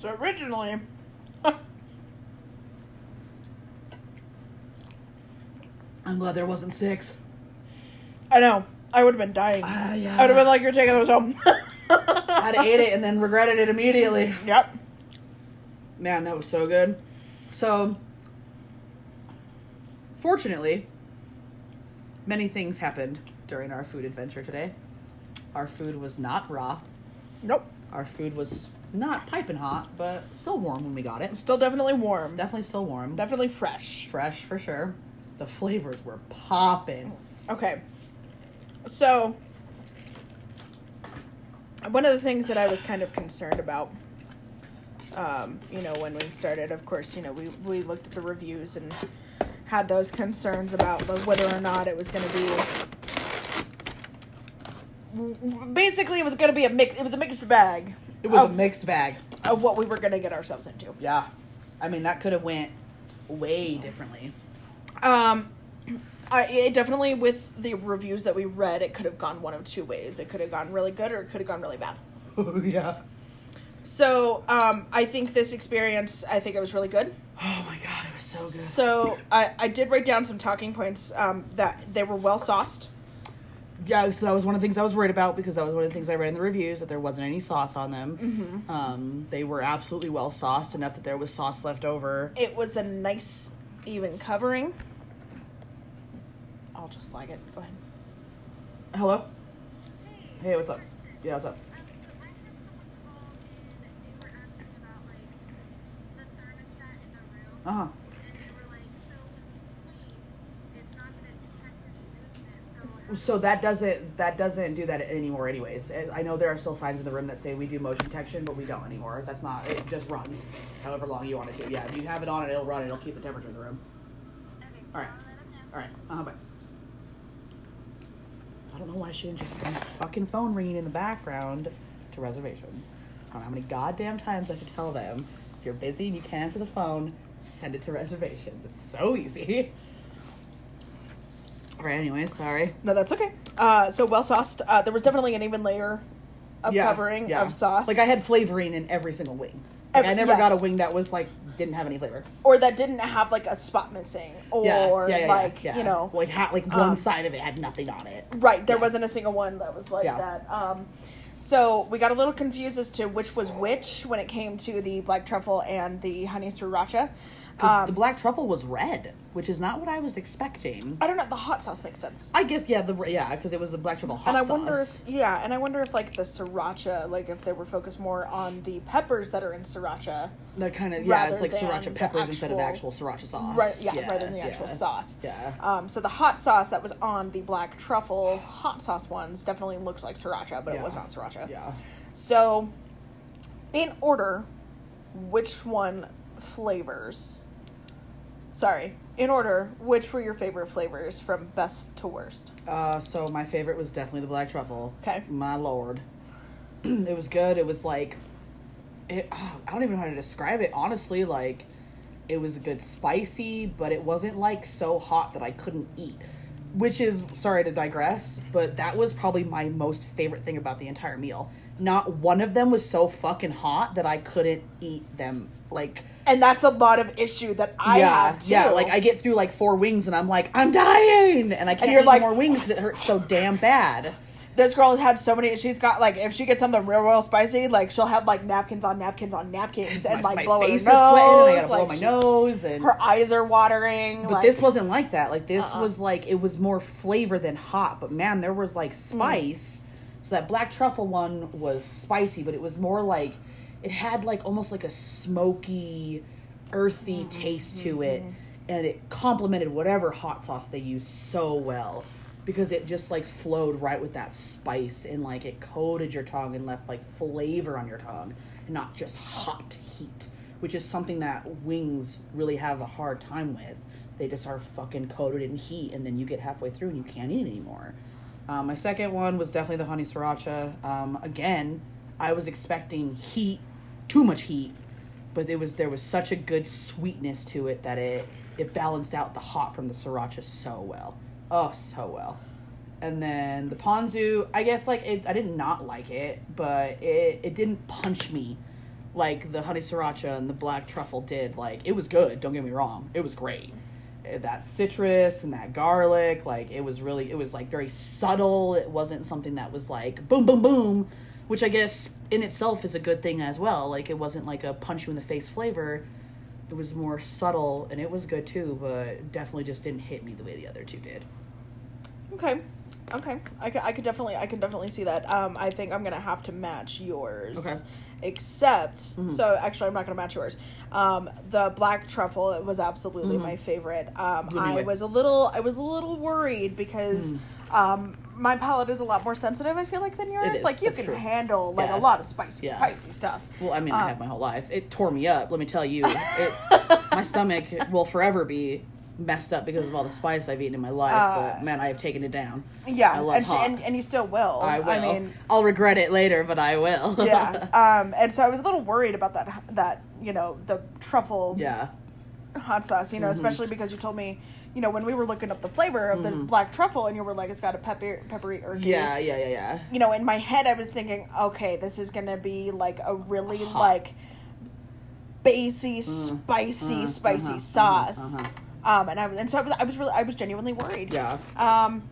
Speaker 2: So originally,
Speaker 1: I'm glad there wasn't six.
Speaker 2: I know, I would have been dying.
Speaker 1: Ah, yeah.
Speaker 2: I would have been like, you're taking those home.
Speaker 1: I'd ate it and then regretted it immediately.
Speaker 2: yep.
Speaker 1: Man, that was so good. So, fortunately, many things happened during our food adventure today. Our food was not raw.
Speaker 2: Nope.
Speaker 1: Our food was not piping hot, but still warm when we got it.
Speaker 2: Still definitely warm.
Speaker 1: Definitely still warm.
Speaker 2: definitely fresh.
Speaker 1: Fresh for sure. The flavors were popping.
Speaker 2: Okay. So, one of the things that I was kind of concerned about, um, you know, when we started, of course, you know, we, we looked at the reviews and had those concerns about like, whether or not it was going to be. Basically, it was going to be a mix. It was a mixed bag.
Speaker 1: It was
Speaker 2: of,
Speaker 1: a mixed bag.
Speaker 2: of what we were going to get ourselves into.
Speaker 1: Yeah. I mean, that could have went way differently.
Speaker 2: Um, I it definitely with the reviews that we read, it could have gone one of two ways. It could have gone really good, or it could have gone really bad.
Speaker 1: Oh, yeah.
Speaker 2: So um, I think this experience, I think it was really good.
Speaker 1: Oh my god, it was so good.
Speaker 2: So I, I did write down some talking points um, that they were well sauced.
Speaker 1: Yeah, so that was one of the things I was worried about because that was one of the things I read in the reviews that there wasn't any sauce on them. Um, they were absolutely well sauced enough that there was sauce left over.
Speaker 2: It was a nice, even covering. I'll just flag it. Go ahead.
Speaker 1: Hello. Hey, what's up? Yeah, what's up? Uh huh. So that doesn't that doesn't do that anymore, anyways. I I know there are still signs in the room that say we do motion detection, but we don't anymore. That's not. It just runs, however long you want it to. Yeah, if you have it on, it'll run. It'll keep the temperature in the room. All right. All right. Uh huh. Bye. I don't know why she didn't just send the fucking phone ringing in the background to reservations. I don't know how many goddamn times I have to tell them
Speaker 8: If you're busy and you can't answer the phone, send it to reservation. It's so easy. All right, anyway, sorry.
Speaker 2: No, that's okay. Uh, so well sauced. Uh, there was definitely an even layer of
Speaker 8: Yeah,
Speaker 2: covering
Speaker 8: yeah.
Speaker 2: of sauce.
Speaker 8: Like I had flavoring in every single wing. Like,
Speaker 2: Every-
Speaker 8: I never got a
Speaker 2: yes.
Speaker 8: wing that was like didn't have any flavor.
Speaker 2: or that didn't have like a spot missing, or
Speaker 8: Yeah, yeah, yeah, yeah,
Speaker 2: like
Speaker 8: yeah.
Speaker 2: you know,
Speaker 8: like ha- like one
Speaker 2: um,
Speaker 8: side of it had nothing on it.
Speaker 2: right? There wasn't a single one that was like
Speaker 8: Yeah.
Speaker 2: that. Um, so we got a little confused as to which was which when it came to the black truffle and the honey sriracha.
Speaker 8: 'Cause
Speaker 2: Um,
Speaker 8: the black truffle was red, which is not what I was expecting.
Speaker 2: I don't know. The hot sauce makes sense.
Speaker 8: I guess yeah, the yeah, because it was a black truffle hot
Speaker 2: and I
Speaker 8: sauce.
Speaker 2: wonder if yeah, and I wonder if like the sriracha, like if they were focused more on the peppers that are in sriracha,
Speaker 8: that kind of yeah, it's
Speaker 2: rather
Speaker 8: like
Speaker 2: than
Speaker 8: sriracha
Speaker 2: the
Speaker 8: peppers instead of
Speaker 2: actual-
Speaker 8: actual sriracha sauce.
Speaker 2: right? Yeah, rather than the actual
Speaker 8: yeah.
Speaker 2: sauce.
Speaker 8: Yeah.
Speaker 2: Um, so the hot sauce that was on the black truffle hot sauce ones definitely looked like sriracha, but it
Speaker 8: Yeah.
Speaker 2: was not sriracha.
Speaker 8: Yeah.
Speaker 2: So, in order, which one flavors? Sorry, in order, which were your favorite flavors from best to worst?
Speaker 8: Uh, so my favorite was definitely the black truffle.
Speaker 2: Okay.
Speaker 8: My lord, it was good. It was like, it, ah, I don't even know how to describe it. Honestly, like, it was good spicy, but it wasn't like so hot that I couldn't eat. Which is sorry to digress, but that was probably my most favorite thing about the entire meal. Not one of them was so fucking hot that I couldn't eat them. Like,
Speaker 2: And that's a lot of issue that I have too.
Speaker 8: yeah. Like I get through like four wings, and I'm like, I'm dying, and I can't
Speaker 2: you're
Speaker 8: eat
Speaker 2: like-
Speaker 8: more wings. 'cause It hurts so damn bad.
Speaker 2: this girl has had so many. She's got like if she gets something real, real spicy, like she'll have like napkins on napkins on napkins and
Speaker 8: my,
Speaker 2: like
Speaker 8: my
Speaker 2: blow her nose.
Speaker 8: face is sweating. I gotta
Speaker 2: like,
Speaker 8: blow my
Speaker 2: she-
Speaker 8: nose, and
Speaker 2: Her eyes are watering.
Speaker 8: but
Speaker 2: like,
Speaker 8: this wasn't like that. Like this was like it was more flavor than hot. But man, there was like spice. So that black truffle one was spicy, but it was more like it had like almost like a smoky, earthy taste to it, and it complemented whatever hot sauce they used so well because it just like flowed right with that spice and like it coated your tongue and left like flavor on your tongue and not just hot heat which is something that wings really have a hard time with. They just are fucking coated in heat, and then you get halfway through and you can't eat it anymore. Um, my second one was definitely the honey sriracha. Um, again, I was expecting heat, too much heat, but it was there was such a good sweetness to it that it it balanced out the hot from the sriracha so well. Oh, so well. And then the ponzu, I guess like it, I did not like it, but it it didn't punch me like the honey sriracha and the black truffle did. Like it was good. Don't get me wrong, it was great. Eh, That citrus and that garlic, like it was really, it was like very subtle. It wasn't something that was like boom, boom, boom, which I guess in itself is a good thing as well. Like it wasn't like a punch you in the face flavor. It was more subtle and it was good too, but definitely just didn't hit me the way the other two did.
Speaker 2: okay, okay. I could, I could definitely, I can definitely see that. Um, I think I'm gonna have to match yours.
Speaker 8: Okay. Mm-hmm.
Speaker 2: Except, so actually, I'm not gonna match yours. Um, the black truffle it was
Speaker 8: Mm-hmm.
Speaker 2: absolutely my favorite. Um,
Speaker 8: Blew me
Speaker 2: I
Speaker 8: away.
Speaker 2: was a little, I was a little worried because,
Speaker 8: Mm.
Speaker 2: um, my palate is a lot more sensitive. I feel like than yours.
Speaker 8: is,
Speaker 2: Like you
Speaker 8: that's
Speaker 2: can
Speaker 8: true.
Speaker 2: handle like
Speaker 8: Yeah.
Speaker 2: a lot of spicy,
Speaker 8: Yeah.
Speaker 2: spicy stuff.
Speaker 8: Well, I mean,
Speaker 2: Um,
Speaker 8: I have my whole life. It tore me up. Let me tell you, it, my stomach will forever be messed up because of all the spice I've eaten in my life. but
Speaker 2: Uh,
Speaker 8: man, I have taken it down.
Speaker 2: Yeah,
Speaker 8: I love
Speaker 2: and, she,
Speaker 8: hot.
Speaker 2: and and you still will.
Speaker 8: I will. I
Speaker 2: I mean,
Speaker 8: will regret it later, but I will.
Speaker 2: yeah. Um, and so I was a little worried about that. That you know the truffle
Speaker 8: yeah.
Speaker 2: hot sauce.
Speaker 8: Mm-hmm.
Speaker 2: You know, especially because you told me, you know, when we were looking up the flavor of the black truffle, and you were like, it's got a pepper, peppery earthy.
Speaker 8: Mm-hmm. Yeah. Yeah. Yeah. Yeah.
Speaker 2: You know, in my head, I was thinking, okay, this is gonna be like a really
Speaker 8: Hot. Mm.
Speaker 2: like bassy, spicy,
Speaker 8: uh,
Speaker 2: spicy
Speaker 8: uh-huh,
Speaker 2: sauce.
Speaker 8: uh-huh,
Speaker 2: Um, and I was, and so I was, I was really, I was genuinely worried.
Speaker 8: Yeah.
Speaker 2: Um,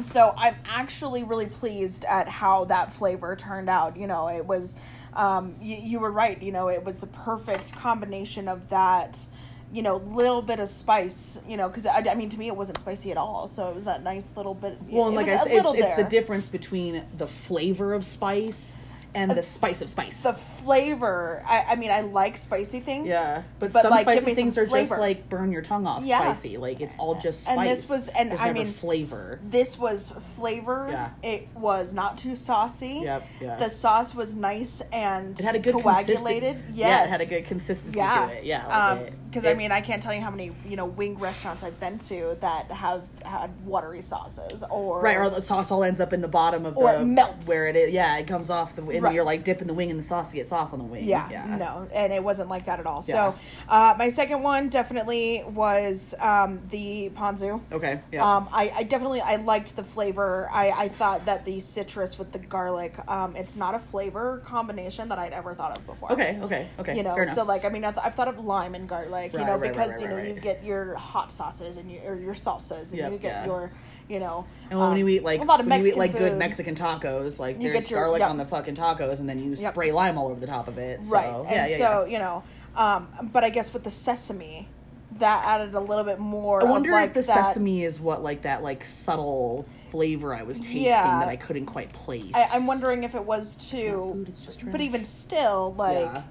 Speaker 2: so I'm actually really pleased at how that flavor turned out. You know, it was, um, you, you were right. You know, it was the perfect combination of that, you know, little bit of spice. You know, because I, I mean, to me, it wasn't spicy at all. So it was that nice little bit.
Speaker 8: Well,
Speaker 2: it
Speaker 8: and like
Speaker 2: was
Speaker 8: I
Speaker 2: a
Speaker 8: said, it's,
Speaker 2: little
Speaker 8: it's the
Speaker 2: there.
Speaker 8: difference between the flavor of spice and the spice of spice.
Speaker 2: Uh, The flavor. I, I mean, I like spicy things.
Speaker 8: yeah, but,
Speaker 2: but,
Speaker 8: some
Speaker 2: like, give
Speaker 8: spicy
Speaker 2: me some
Speaker 8: things are
Speaker 2: flavor.
Speaker 8: just like burn your tongue off
Speaker 2: Yeah.
Speaker 8: spicy. Like it's all just spice.
Speaker 2: And this was- and
Speaker 8: There's
Speaker 2: I
Speaker 8: never
Speaker 2: mean-
Speaker 8: flavor.
Speaker 2: this was flavored.
Speaker 8: Yeah.
Speaker 2: It was not too saucy.
Speaker 8: Yep, yeah.
Speaker 2: The sauce was nice and
Speaker 8: It had a good
Speaker 2: coagulated.
Speaker 8: consisten-
Speaker 2: Yes.
Speaker 8: Yeah, it had a good consistency
Speaker 2: yeah.
Speaker 8: to it. Yeah. like it-
Speaker 2: Because I
Speaker 8: it-
Speaker 2: mean, I can't tell you how many you know wing restaurants I've been to that have had watery sauces or
Speaker 8: right, or the sauce all ends up in the bottom of
Speaker 2: or
Speaker 8: the
Speaker 2: it melts.
Speaker 8: where it is. Yeah, it comes off the in when
Speaker 2: Right.
Speaker 8: you're like dipping the wing in the sauce to get sauce on the wing.
Speaker 2: Yeah, no, and it wasn't like that at all.
Speaker 8: Yeah.
Speaker 2: So, uh, my second one definitely was um, the ponzu.
Speaker 8: Okay. Yeah.
Speaker 2: Um, I, I definitely I liked the flavor. I, I thought that the citrus with the garlic. Um, it's not a flavor combination that I'd ever thought of before.
Speaker 8: okay. Okay. Okay.
Speaker 2: You know,
Speaker 8: Fair enough.
Speaker 2: so like I mean, I've, I've thought of lime and garlic. you
Speaker 8: Right,
Speaker 2: know,
Speaker 8: right, right,
Speaker 2: because
Speaker 8: right,
Speaker 2: you know
Speaker 8: right,
Speaker 2: you
Speaker 8: right.
Speaker 2: get your hot sauces and you, or your salsas and
Speaker 8: Yep,
Speaker 2: you get
Speaker 8: yeah.
Speaker 2: your you know.
Speaker 8: and when
Speaker 2: um,
Speaker 8: you eat like
Speaker 2: a lot of
Speaker 8: when you eat
Speaker 2: Mexican
Speaker 8: like good
Speaker 2: food.
Speaker 8: Mexican tacos, like
Speaker 2: You
Speaker 8: there's
Speaker 2: get your-
Speaker 8: garlic
Speaker 2: yep.
Speaker 8: on the fucking tacos, and then you
Speaker 2: Yep.
Speaker 8: spray lime all over the top of it. So,
Speaker 2: right
Speaker 8: Yeah,
Speaker 2: and
Speaker 8: yeah,
Speaker 2: so
Speaker 8: yeah.
Speaker 2: you know um but i guess with the sesame that added a little bit more
Speaker 8: I wonder
Speaker 2: of like
Speaker 8: if the
Speaker 2: that,
Speaker 8: sesame is what like that like subtle flavor I was tasting
Speaker 2: Yeah.
Speaker 8: that I couldn't quite place.
Speaker 2: I, i'm wondering if it was too
Speaker 8: food, it's just
Speaker 2: but
Speaker 8: trash.
Speaker 2: even still like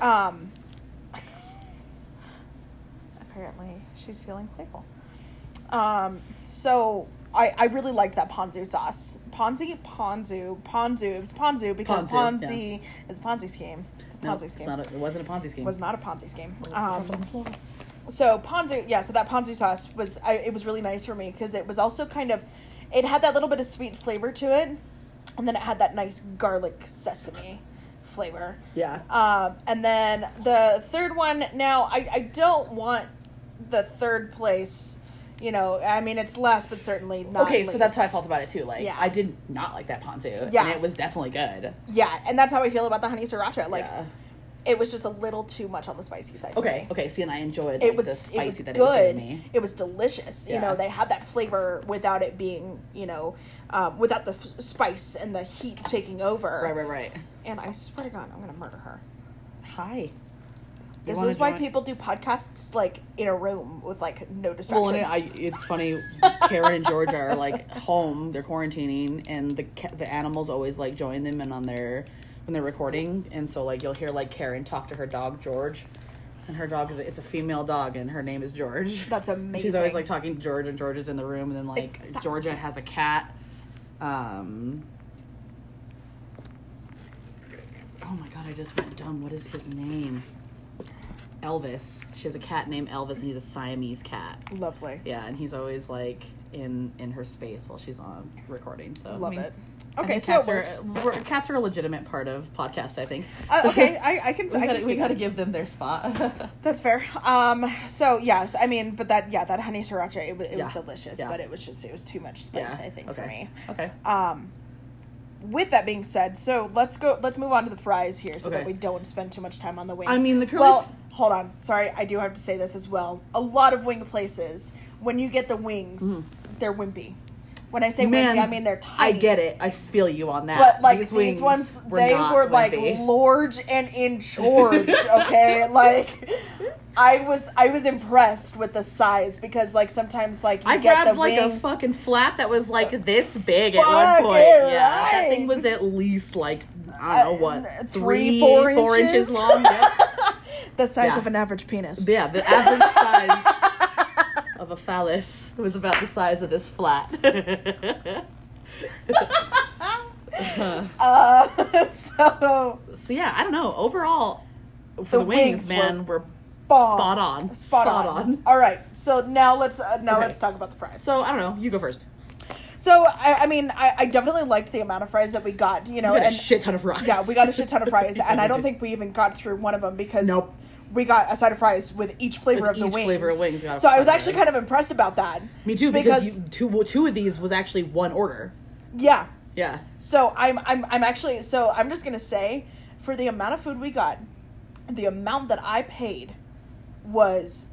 Speaker 8: Yeah.
Speaker 2: um apparently she's feeling playful um so I, I really like that ponzu sauce. Ponzi, ponzu, ponzu. It was ponzu because
Speaker 8: Ponzu,
Speaker 2: ponzi is a Ponzi scheme. It's a Ponzi
Speaker 8: No,
Speaker 2: scheme.
Speaker 8: it's not a, it wasn't a Ponzi scheme.
Speaker 2: was not a Ponzi scheme. Um, so ponzu, yeah. So that ponzu sauce was I, it was really nice for me because it was also kind of it had that little bit of sweet flavor to it, and then it had that nice garlic sesame flavor.
Speaker 8: Yeah.
Speaker 2: Um, and then the third one. Now I I don't want the third place. You know, I mean it's last but certainly not.
Speaker 8: okay, so that's how I
Speaker 2: least.
Speaker 8: felt about it too. Like
Speaker 2: Yeah.
Speaker 8: I did not like that ponzu.
Speaker 2: Yeah.
Speaker 8: And it was definitely good.
Speaker 2: Yeah, and that's how I feel about the honey sriracha. Like
Speaker 8: Yeah.
Speaker 2: it was just a little too much on the spicy side. for
Speaker 8: Okay.
Speaker 2: me.
Speaker 8: Okay. See, and I enjoyed
Speaker 2: it
Speaker 8: like,
Speaker 2: was
Speaker 8: the spicy
Speaker 2: it was
Speaker 8: that it was
Speaker 2: good.
Speaker 8: giving me.
Speaker 2: It was delicious. You
Speaker 8: Yeah.
Speaker 2: know, they had that flavor without it being, you know, um, without the f- spice and the heat taking over.
Speaker 8: Right. Right. Right.
Speaker 2: And I swear to God, I'm gonna murder her.
Speaker 8: Hi.
Speaker 2: This is why people do podcasts like in a room with like no
Speaker 8: Well,
Speaker 2: distractions.
Speaker 8: and it, I, it's funny. Karen and Georgia are like home. They're quarantining, and the ca- the animals always like join them and on their when they're recording. And so like you'll hear like Karen talk to her dog George, and her dog is it's a female dog, and her name is George.
Speaker 2: That's
Speaker 8: She's
Speaker 2: amazing.
Speaker 8: always like talking to George, and George is in the room, and then like
Speaker 2: stop.
Speaker 8: Georgia has a cat. Um. Oh my god! I just went dumb. What is his name? Elvis. She has a cat named Elvis, and he's a Siamese cat.
Speaker 2: Lovely.
Speaker 8: Yeah, and he's always like in in her space while she's on recording. So I
Speaker 2: Love
Speaker 8: mean,
Speaker 2: it.
Speaker 8: I
Speaker 2: Okay,
Speaker 8: think
Speaker 2: so
Speaker 8: cats
Speaker 2: it works.
Speaker 8: are we're- cats are a legitimate part of podcast. I think.
Speaker 2: Uh, okay, I, I can.
Speaker 8: we
Speaker 2: I
Speaker 8: gotta,
Speaker 2: can see
Speaker 8: we
Speaker 2: that.
Speaker 8: gotta give them their spot.
Speaker 2: That's fair. Um, so yes, I mean, but that yeah, that honey sriracha it, wa- it was
Speaker 8: Yeah.
Speaker 2: delicious,
Speaker 8: Yeah.
Speaker 2: but it was just it was too much spice, I think,
Speaker 8: okay.
Speaker 2: for me.
Speaker 8: Okay.
Speaker 2: Um, with that being said, so let's go. Let's move on to the fries here, so that
Speaker 8: Okay.
Speaker 2: we don't spend too much time on the wings.
Speaker 8: I mean, the curly
Speaker 2: well,
Speaker 8: f-
Speaker 2: hold on. Sorry, I do have to say this as well. A lot of wing places, when you get the wings, they're wimpy. When I say
Speaker 8: Mm-hmm. Man,
Speaker 2: wimpy, I mean they're tiny.
Speaker 8: I get it. I feel you on that.
Speaker 2: But like these,
Speaker 8: wings
Speaker 2: ones, they
Speaker 8: not
Speaker 2: were like
Speaker 8: wimpy.
Speaker 2: large and in charge. Okay, like I was, I was impressed with the size because like sometimes like you
Speaker 8: I
Speaker 2: get
Speaker 8: grabbed
Speaker 2: the
Speaker 8: like
Speaker 2: wings.
Speaker 8: a fucking flat that was like this big at
Speaker 2: Fuck
Speaker 8: one point.
Speaker 2: it,
Speaker 8: Yeah,
Speaker 2: right.
Speaker 8: that thing was at least like I don't know
Speaker 2: Uh,
Speaker 8: what
Speaker 2: three,
Speaker 8: three,
Speaker 2: four
Speaker 8: four
Speaker 2: inches?
Speaker 8: inches long. Yeah.
Speaker 2: the size
Speaker 8: Yeah.
Speaker 2: of an average penis.
Speaker 8: Yeah, the average size of a phallus was about the size of this flat.
Speaker 2: Uh, so
Speaker 8: so yeah, I don't know. Overall, for the,
Speaker 2: The wings
Speaker 8: wings, man,
Speaker 2: were
Speaker 8: were,
Speaker 2: bomb.
Speaker 8: spot on.
Speaker 2: spot, on. All right, so now let's uh, now
Speaker 8: Okay.
Speaker 2: let's talk about the fries.
Speaker 8: So I don't know. You go first.
Speaker 2: So I, I mean, I, I definitely liked the amount of fries that we got. You know,
Speaker 8: we got
Speaker 2: Oh, and
Speaker 8: a shit ton of fries.
Speaker 2: yeah, we got a shit ton of fries,
Speaker 8: Yeah,
Speaker 2: and I
Speaker 8: we
Speaker 2: don't
Speaker 8: did.
Speaker 2: think we even got through one of them because
Speaker 8: Nope.
Speaker 2: we got a side of fries with each flavor
Speaker 8: With
Speaker 2: of the
Speaker 8: each
Speaker 2: wings.
Speaker 8: flavor of wings, we got a
Speaker 2: so I was
Speaker 8: flavor of
Speaker 2: actually
Speaker 8: wings.
Speaker 2: kind of impressed about that.
Speaker 8: Me too, because, you, two two of these was actually one order.
Speaker 2: yeah.
Speaker 8: Yeah,
Speaker 2: So I'm I'm I'm actually so I'm just gonna say for the amount of food we got, the amount that I paid was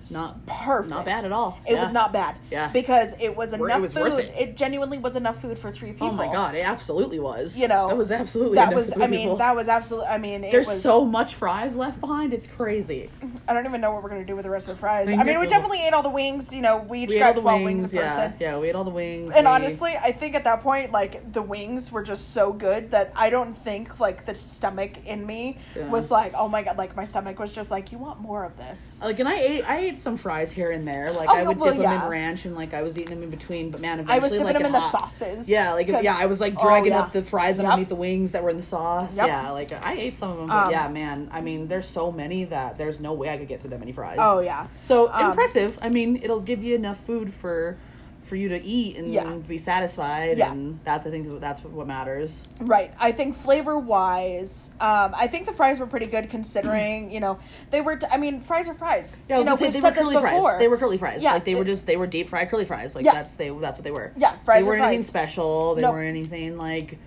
Speaker 2: s-
Speaker 8: Not-
Speaker 2: perfect.
Speaker 8: not bad at all.
Speaker 2: It
Speaker 8: Yeah.
Speaker 2: was not bad.
Speaker 8: Yeah.
Speaker 2: Because it was
Speaker 8: Wor- it
Speaker 2: enough
Speaker 8: was
Speaker 2: food.
Speaker 8: worth
Speaker 2: It.
Speaker 8: it.
Speaker 2: genuinely was enough food for three people.
Speaker 8: Oh my god, it absolutely was.
Speaker 2: You know
Speaker 8: that was absolutely
Speaker 2: that
Speaker 8: enough
Speaker 2: was
Speaker 8: for three
Speaker 2: I mean
Speaker 8: people.
Speaker 2: that was absolutely I mean it
Speaker 8: There's
Speaker 2: was
Speaker 8: so much fries left behind. It's crazy.
Speaker 2: I don't even know what we're gonna do with the rest of the fries.
Speaker 8: I
Speaker 2: I mean
Speaker 8: know.
Speaker 2: we definitely ate all the wings. You know we each
Speaker 8: We ate all
Speaker 2: got
Speaker 8: the
Speaker 2: twelve
Speaker 8: wings.
Speaker 2: wings, a person.
Speaker 8: yeah, yeah, we ate all the wings.
Speaker 2: And
Speaker 8: we-
Speaker 2: honestly, I think at that point, like the wings were just so good that I don't think like the stomach in me
Speaker 8: Yeah.
Speaker 2: was like, oh my god, like my stomach was just like, you want more of this.
Speaker 8: Like and I ate I ate some fries here and there. Like
Speaker 2: Oh,
Speaker 8: I would
Speaker 2: well,
Speaker 8: dip them
Speaker 2: yeah.
Speaker 8: in ranch and like I was eating them in between. But man, eventually
Speaker 2: I was dipping
Speaker 8: like
Speaker 2: them
Speaker 8: an
Speaker 2: in the
Speaker 8: op-
Speaker 2: sauces.
Speaker 8: Yeah, like
Speaker 2: 'cause-
Speaker 8: yeah, I was like
Speaker 2: oh,
Speaker 8: dragging
Speaker 2: yeah.
Speaker 8: up the fries
Speaker 2: Yep.
Speaker 8: underneath the wings that were in the sauce.
Speaker 2: Yep.
Speaker 8: Yeah, like I ate some of them. But
Speaker 2: Um,
Speaker 8: yeah, man, I mean, there's so many that there's no way I could get through that many fries.
Speaker 2: Oh yeah.
Speaker 8: so
Speaker 2: Oh, um,
Speaker 8: impressive. I mean, it'll give you enough food for for you to eat and
Speaker 2: Yeah.
Speaker 8: be satisfied.
Speaker 2: Yeah.
Speaker 8: And that's I think that's what matters.
Speaker 2: Right. I think flavor wise, um, I think the fries were pretty good considering, you know, they were, t- I mean, fries are fries.
Speaker 8: Yeah, I
Speaker 2: you
Speaker 8: was
Speaker 2: know,
Speaker 8: gonna say,
Speaker 2: we've
Speaker 8: they
Speaker 2: said
Speaker 8: were
Speaker 2: this
Speaker 8: curly
Speaker 2: before.
Speaker 8: fries. They were curly fries.
Speaker 2: Yeah,
Speaker 8: like they were
Speaker 2: they-
Speaker 8: just they were deep fried curly fries. Like
Speaker 2: Yeah.
Speaker 8: that's they that's what they were.
Speaker 2: Yeah, fries
Speaker 8: They
Speaker 2: are
Speaker 8: weren't anything
Speaker 2: fries.
Speaker 8: special. They
Speaker 2: Nope.
Speaker 8: weren't anything like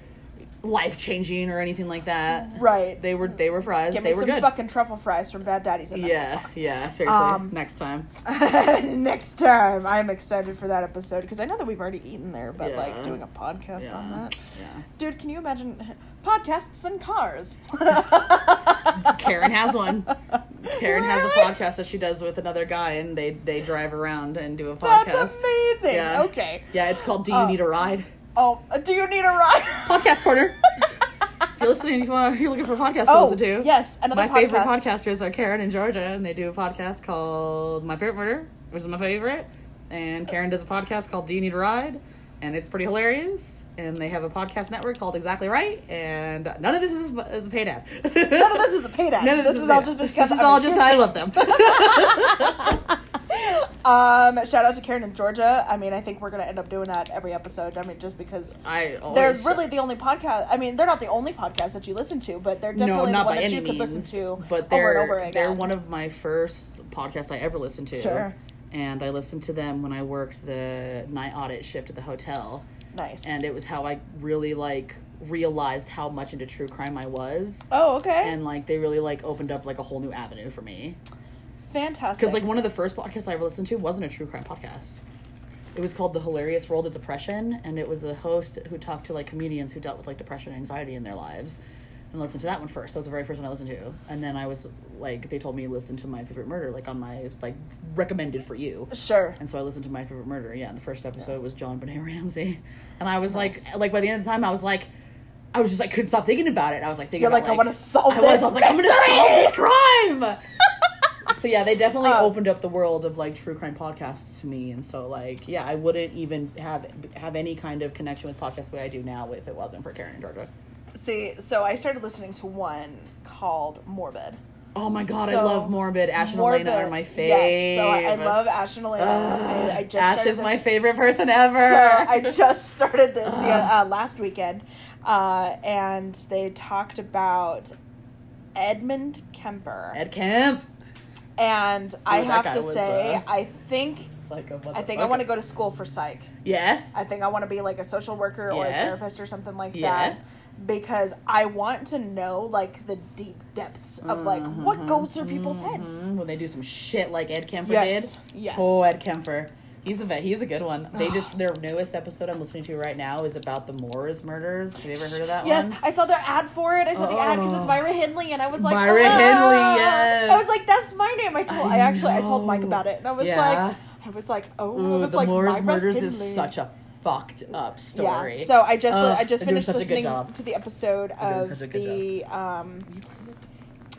Speaker 8: life changing or anything like that.
Speaker 2: Right.
Speaker 8: They were they were fries.
Speaker 2: Give
Speaker 8: they
Speaker 2: me
Speaker 8: were
Speaker 2: some
Speaker 8: good.
Speaker 2: fucking truffle fries from Bad Daddy's. and then we'll
Speaker 8: yeah, yeah. Seriously,
Speaker 2: Um,
Speaker 8: next time.
Speaker 2: next time i'm excited for that episode because i know that we've already eaten there but
Speaker 8: Yeah.
Speaker 2: like doing a podcast
Speaker 8: Yeah.
Speaker 2: on that
Speaker 8: Yeah.
Speaker 2: dude can you imagine podcasts and cars
Speaker 8: Karen has one. Karen has a
Speaker 2: Really?
Speaker 8: podcast that she does with another guy, and they they drive around and do a podcast.
Speaker 2: that's amazing
Speaker 8: Yeah.
Speaker 2: okay
Speaker 8: Yeah, it's called "Do You
Speaker 2: Oh.
Speaker 8: Need a Ride?"
Speaker 2: oh do you need a ride
Speaker 8: Podcast corner. if you're listening, if you want- you're looking for podcasts to listen to.
Speaker 2: Oh, yes another
Speaker 8: my favorite
Speaker 2: podcast.
Speaker 8: podcasters are Karen and Georgia, and they do a podcast called My Favorite Murder, which is my favorite. And Karen does a podcast called Do You Need a Ride? And it's pretty hilarious. And they have a podcast network called Exactly Right. And none of this is, is a paid ad.
Speaker 2: none of this is a paid ad
Speaker 8: None of
Speaker 2: this is all
Speaker 8: paid
Speaker 2: just
Speaker 8: ad.
Speaker 2: because
Speaker 8: This is
Speaker 2: I'm
Speaker 8: all
Speaker 2: a
Speaker 8: just
Speaker 2: huge
Speaker 8: I love them.
Speaker 2: Um, shout out to Karen and Georgia. I mean, I think we're gonna end up doing that every episode. I mean, just because
Speaker 8: I always
Speaker 2: they're really the only podcast. I mean, they're not the only podcast that you listen to, but they're
Speaker 8: no,
Speaker 2: definitely the
Speaker 8: not
Speaker 2: one
Speaker 8: by
Speaker 2: that
Speaker 8: any
Speaker 2: you could
Speaker 8: means.
Speaker 2: listen to
Speaker 8: but
Speaker 2: over
Speaker 8: they're
Speaker 2: and over again.
Speaker 8: they're one of my first podcasts I ever listened to.
Speaker 2: Sure.
Speaker 8: And I listened to them when I worked the night audit shift at the hotel.
Speaker 2: nice.
Speaker 8: and it was how I really like realized how much into true crime I was.
Speaker 2: oh, okay,
Speaker 8: And like they really like opened up like a whole new avenue for me
Speaker 2: fantastic.
Speaker 8: because like one of the first podcasts I ever listened to wasn't a true crime podcast. It was called The Hilarious World of Depression, and it was a host who talked to like comedians who dealt with like depression and anxiety in their lives. And I listened to that one first. That was the very first one I listened to. And then I was like, they told me listen to my favorite murder, like on my like recommended for you.
Speaker 2: sure,
Speaker 8: And so I listened to My Favorite Murder. Yeah, and the first episode was John Benet Ramsey, and I was like, like by the end of the time, I was like, I was just like, couldn't stop thinking about it. I was like, thinking
Speaker 2: You're
Speaker 8: about,
Speaker 2: like, I wanna solve
Speaker 8: I was,
Speaker 2: this
Speaker 8: I was like, I'm gonna solve this crime. so yeah, they definitely
Speaker 2: Um,
Speaker 8: opened up the world of like true crime podcasts to me, and so like, yeah, I wouldn't even have have any kind of connection with podcasts the way I do now if it wasn't for Karen and Georgia.
Speaker 2: see, so I started listening to one called Morbid.
Speaker 8: Oh my god, I
Speaker 2: So,
Speaker 8: love Morbid. Ash and
Speaker 2: Morbid,
Speaker 8: Elena are my fave.
Speaker 2: Yes, so I, I love Ash and Elena.
Speaker 8: Ugh,
Speaker 2: I, I just
Speaker 8: Ash
Speaker 2: started
Speaker 8: is my
Speaker 2: this-
Speaker 8: favorite person ever.
Speaker 2: So I just started this the, uh, last weekend, uh, and they talked about Edmund Kemper,
Speaker 8: Ed Kemp.
Speaker 2: and I
Speaker 8: that
Speaker 2: have
Speaker 8: guy
Speaker 2: to
Speaker 8: was,
Speaker 2: say,
Speaker 8: uh,
Speaker 2: I think
Speaker 8: Psycho
Speaker 2: I think I want to go to school for psych.
Speaker 8: Yeah.
Speaker 2: I think I want to be like a social worker or a
Speaker 8: Yeah.
Speaker 2: therapist or something like
Speaker 8: Yeah.
Speaker 2: that because I want to know like the deep depths of like
Speaker 8: Mm-hmm.
Speaker 2: what goes through people's heads.
Speaker 8: Mm, when they do some shit like Ed Kemper
Speaker 2: Yes,
Speaker 8: did.
Speaker 2: yes.
Speaker 8: Oh, Ed Kemper. He's a vet. He's a good one. They just their newest episode I'm listening to right now is about the Morris murders. Have you ever heard of that
Speaker 2: Yes,
Speaker 8: one?
Speaker 2: I saw their ad for it. I saw the ad because it's
Speaker 8: Oh.
Speaker 2: Myra Hindley, and I was like,
Speaker 8: Myra
Speaker 2: "Hello."
Speaker 8: Hindley, yes.
Speaker 2: I was like, that's my name. I told, I,
Speaker 8: I
Speaker 2: actually, I told Mike
Speaker 8: know.
Speaker 2: about it, and I was
Speaker 8: Yeah.
Speaker 2: like, I was like, oh, I
Speaker 8: Ooh,
Speaker 2: was
Speaker 8: the
Speaker 2: like,
Speaker 8: Morris
Speaker 2: Myra
Speaker 8: murders
Speaker 2: Hindley.
Speaker 8: is such a fucked up story.
Speaker 2: Yeah. So I just,
Speaker 8: Ugh,
Speaker 2: I just
Speaker 8: they're doing
Speaker 2: finished
Speaker 8: such a good
Speaker 2: listening
Speaker 8: job.
Speaker 2: to the episode
Speaker 8: doing
Speaker 2: of
Speaker 8: such a good
Speaker 2: the. Um,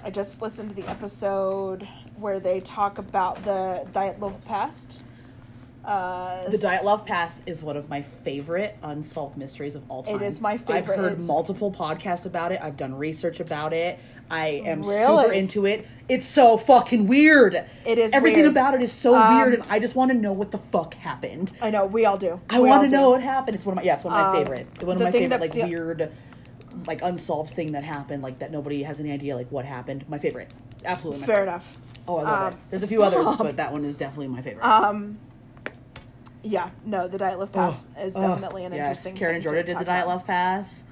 Speaker 2: I just listened to the episode where they talk about the Diet Loaf Past. Uh,
Speaker 8: the Diet Love Pass is one of my favorite unsolved mysteries of all time.
Speaker 2: is my favorite.
Speaker 8: I've heard
Speaker 2: It's-
Speaker 8: multiple podcasts about it. I've done research about it. I am super
Speaker 2: Really?
Speaker 8: into it. It's so fucking weird.
Speaker 2: It is
Speaker 8: Everything
Speaker 2: weird.
Speaker 8: about it is so
Speaker 2: Um,
Speaker 8: weird, and I just want to know what the fuck happened.
Speaker 2: I know we all do.
Speaker 8: I
Speaker 2: We all
Speaker 8: want to
Speaker 2: do.
Speaker 8: know what happened. It's one of my yeah, it's one of my
Speaker 2: Um,
Speaker 8: favorite. One of
Speaker 2: the
Speaker 8: my
Speaker 2: thing
Speaker 8: favorite
Speaker 2: that-
Speaker 8: like
Speaker 2: the-
Speaker 8: weird, like unsolved thing that happened, like that nobody has any idea like what happened. My favorite, absolutely. My
Speaker 2: Fair
Speaker 8: favorite.
Speaker 2: enough.
Speaker 8: Oh, I love
Speaker 2: Um,
Speaker 8: it. There's a few others,
Speaker 2: stop.
Speaker 8: but that one is definitely my favorite.
Speaker 2: Yeah, no, the Diet Left
Speaker 8: Oh,
Speaker 2: Pass is
Speaker 8: oh,
Speaker 2: definitely an
Speaker 8: yes.
Speaker 2: interesting.
Speaker 8: Karen and
Speaker 2: thing
Speaker 8: Jordan
Speaker 2: to
Speaker 8: did the
Speaker 2: talk
Speaker 8: diet
Speaker 2: about.
Speaker 8: love pass.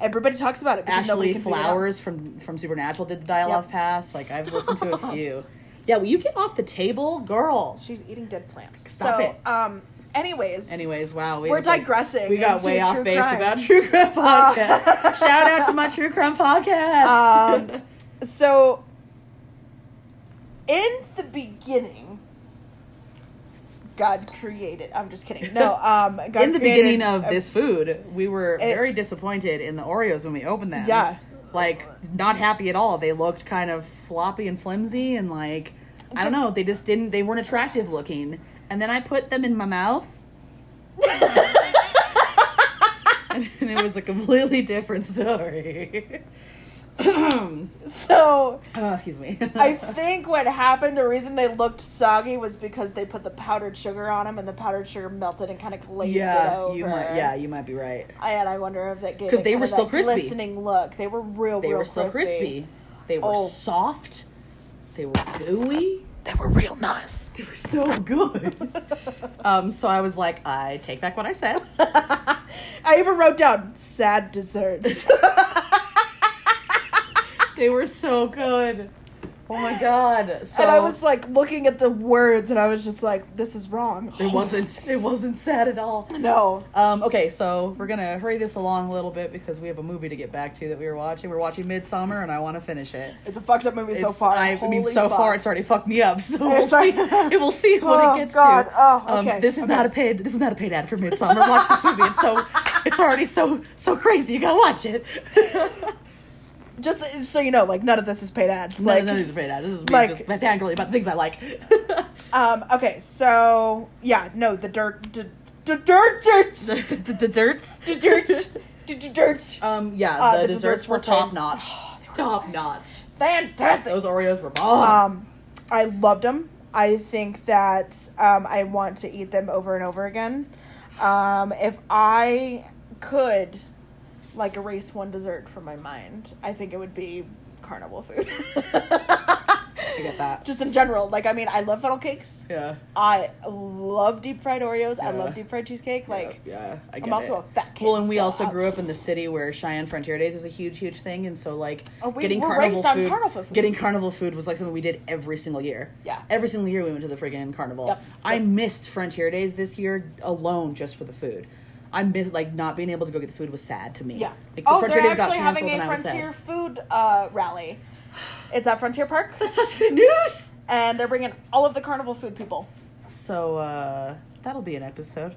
Speaker 2: Everybody talks about it. Because nobody
Speaker 8: Ashley
Speaker 2: can figure it out.
Speaker 8: Flowers from from Supernatural did the dial
Speaker 2: Yep.
Speaker 8: off pass. Like I've listened to a few. Yeah, will you get off the table, girl?
Speaker 2: She's eating dead plants.
Speaker 8: Stop
Speaker 2: so,
Speaker 8: it.
Speaker 2: um, anyways,
Speaker 8: Anyways, wow, we
Speaker 2: We're
Speaker 8: just, like,
Speaker 2: digressing
Speaker 8: we got
Speaker 2: into
Speaker 8: way off
Speaker 2: true Ah.
Speaker 8: base
Speaker 2: crimes.
Speaker 8: about true crime podcast. Shout out to my true crime podcast.
Speaker 2: um, so in the beginning, God created. I'm just kidding. No, um, God
Speaker 8: in the
Speaker 2: created
Speaker 8: beginning of
Speaker 2: a-
Speaker 8: this food, we were
Speaker 2: It-
Speaker 8: very disappointed in the Oreos when we opened them.
Speaker 2: Yeah.
Speaker 8: Like not happy at all. They looked kind of floppy and flimsy and like I don't
Speaker 2: Just-
Speaker 8: know, they just didn't they weren't attractive looking. And then I put them in my mouth. and it was a completely different story.
Speaker 2: So
Speaker 8: Oh, excuse me.
Speaker 2: Uh, I think what happened, the reason they looked soggy was because they put the powdered sugar on them, and the powdered sugar melted and kind of glazed it
Speaker 8: yeah,
Speaker 2: over.
Speaker 8: you might. Yeah, you might be right.
Speaker 2: And I wonder if that gave
Speaker 8: 'Cause
Speaker 2: it
Speaker 8: they
Speaker 2: kind
Speaker 8: were
Speaker 2: of
Speaker 8: still
Speaker 2: that
Speaker 8: crispy.
Speaker 2: glistening look. They were real,
Speaker 8: They
Speaker 2: real
Speaker 8: were so crispy. They were
Speaker 2: Oh.
Speaker 8: soft. They were gooey. They were real nice. They were so good. um, so I was like, I take back what I said.
Speaker 2: I even wrote down sad desserts.
Speaker 8: they were so good. Oh my god. So
Speaker 2: and I was like looking at the words, and I was just like, "This is wrong."
Speaker 8: it wasn't it wasn't sad at all.
Speaker 2: No.
Speaker 8: Um, okay, so we're gonna hurry this along a little bit because we have a movie to get back to that we were watching. We're watching Midsummer, and I want to finish it.
Speaker 2: It's a fucked up movie so
Speaker 8: It's-
Speaker 2: far.
Speaker 8: I mean,
Speaker 2: Holy
Speaker 8: so
Speaker 2: fuck.
Speaker 8: far it's already fucked me up. So we'll
Speaker 2: It's all-
Speaker 8: see. It will see what
Speaker 2: Oh,
Speaker 8: it gets
Speaker 2: God.
Speaker 8: to.
Speaker 2: Oh, okay.
Speaker 8: Um, this is
Speaker 2: Okay.
Speaker 8: not a paid. This is not a paid ad for Midsummer. Watch this movie. It's so. It's already so so crazy. You gotta watch it.
Speaker 2: Just so you know, like none of this is paid ads.
Speaker 8: no,
Speaker 2: like,
Speaker 8: no, this is a paid ad. This is me
Speaker 2: like-
Speaker 8: just fangirling about things I like.
Speaker 2: um, okay, so yeah, no, the dirt, the dirt, dirt,
Speaker 8: the, the dirts.
Speaker 2: the dirt, the dirt,
Speaker 8: Um, yeah,
Speaker 2: Uh,
Speaker 8: the,
Speaker 2: the
Speaker 8: desserts,
Speaker 2: desserts
Speaker 8: were
Speaker 2: were
Speaker 8: top
Speaker 2: fan-
Speaker 8: notch. top notch.
Speaker 2: fantastic.
Speaker 8: Those Oreos were bomb.
Speaker 2: Um, I loved them. I think that um, I want to eat them over and over again. Um, if I could, like, erase one dessert from my mind, I think it would be carnival food.
Speaker 8: I get that.
Speaker 2: Just in general, like, I mean, I love funnel cakes.
Speaker 8: Yeah.
Speaker 2: I love deep fried Oreos. I
Speaker 8: Yeah.
Speaker 2: love deep fried cheesecake. Like,
Speaker 8: yeah, yeah, I get
Speaker 2: I'm also
Speaker 8: it.
Speaker 2: a fat kid.
Speaker 8: Well, and we
Speaker 2: so
Speaker 8: also
Speaker 2: I-
Speaker 8: grew up in the city where Cheyenne Frontier Days is a huge, huge thing, and so like
Speaker 2: Oh, we
Speaker 8: getting
Speaker 2: were
Speaker 8: carnival
Speaker 2: raised on
Speaker 8: food,
Speaker 2: carnival food.
Speaker 8: getting carnival food was like something we did every single year.
Speaker 2: Yeah.
Speaker 8: every single year we went to the friggin' carnival.
Speaker 2: Yep.
Speaker 8: I
Speaker 2: Yep.
Speaker 8: missed Frontier Days this year alone just for the food. I miss like not being able to go get the food was sad to me.
Speaker 2: Yeah.
Speaker 8: like, the
Speaker 2: oh,
Speaker 8: Frontier
Speaker 2: they're
Speaker 8: Days got
Speaker 2: actually having
Speaker 8: canceled
Speaker 2: a
Speaker 8: and I was sad.
Speaker 2: Frontier food uh, rally. It's at Frontier Park,
Speaker 8: That's such good news.
Speaker 2: and they're bringing all of the carnival food people.
Speaker 8: So uh, that'll be an episode.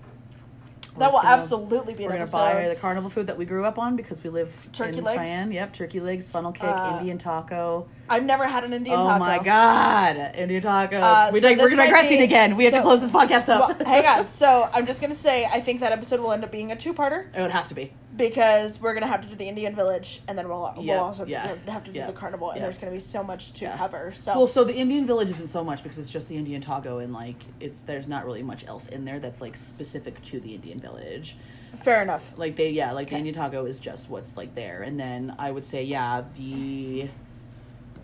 Speaker 8: We're
Speaker 2: That
Speaker 8: just
Speaker 2: will
Speaker 8: gonna-
Speaker 2: absolutely be an
Speaker 8: We're gonna
Speaker 2: episode.
Speaker 8: buy the carnival food that we grew up on because we live
Speaker 2: Turkey
Speaker 8: in
Speaker 2: legs?
Speaker 8: Cheyenne. Yep, turkey legs, funnel cake,
Speaker 2: Uh,
Speaker 8: Indian taco.
Speaker 2: I've never had an Indian
Speaker 8: oh
Speaker 2: taco.
Speaker 8: my god, Indian taco.
Speaker 2: Uh,
Speaker 8: we
Speaker 2: so
Speaker 8: dig- we're
Speaker 2: this might
Speaker 8: digressing
Speaker 2: be-
Speaker 8: again. We have to
Speaker 2: so-
Speaker 8: close this podcast
Speaker 2: Well,
Speaker 8: up.
Speaker 2: hang on. So I'm just gonna say I think that episode will end up being a two-parter
Speaker 8: it would have to be.
Speaker 2: because we're gonna have to do the Indian village and then we'll
Speaker 8: Yeah,
Speaker 2: we'll also
Speaker 8: yeah,
Speaker 2: have to do
Speaker 8: yeah,
Speaker 2: the carnival and
Speaker 8: yeah.
Speaker 2: there's gonna be so much to
Speaker 8: Yeah.
Speaker 2: cover. So
Speaker 8: Well, so the Indian village isn't so much because it's just the Indian taco and like it's there's not really much else in there that's like specific to the Indian village.
Speaker 2: fair enough.
Speaker 8: Like they yeah, like the Indian taco is just what's like there. And then I would say yeah, the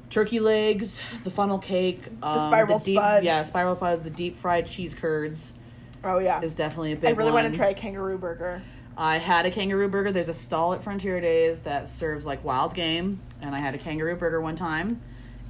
Speaker 8: turkey legs, the funnel cake, um,
Speaker 2: spiral
Speaker 8: deep,
Speaker 2: spuds.
Speaker 8: yeah, spiral spuds, the deep fried cheese curds
Speaker 2: Oh yeah.
Speaker 8: is definitely a big.
Speaker 2: I really
Speaker 8: one.
Speaker 2: want to try a kangaroo burger.
Speaker 8: I had a kangaroo burger. There's a stall at Frontier Days that serves like wild game, and I had a kangaroo burger one time,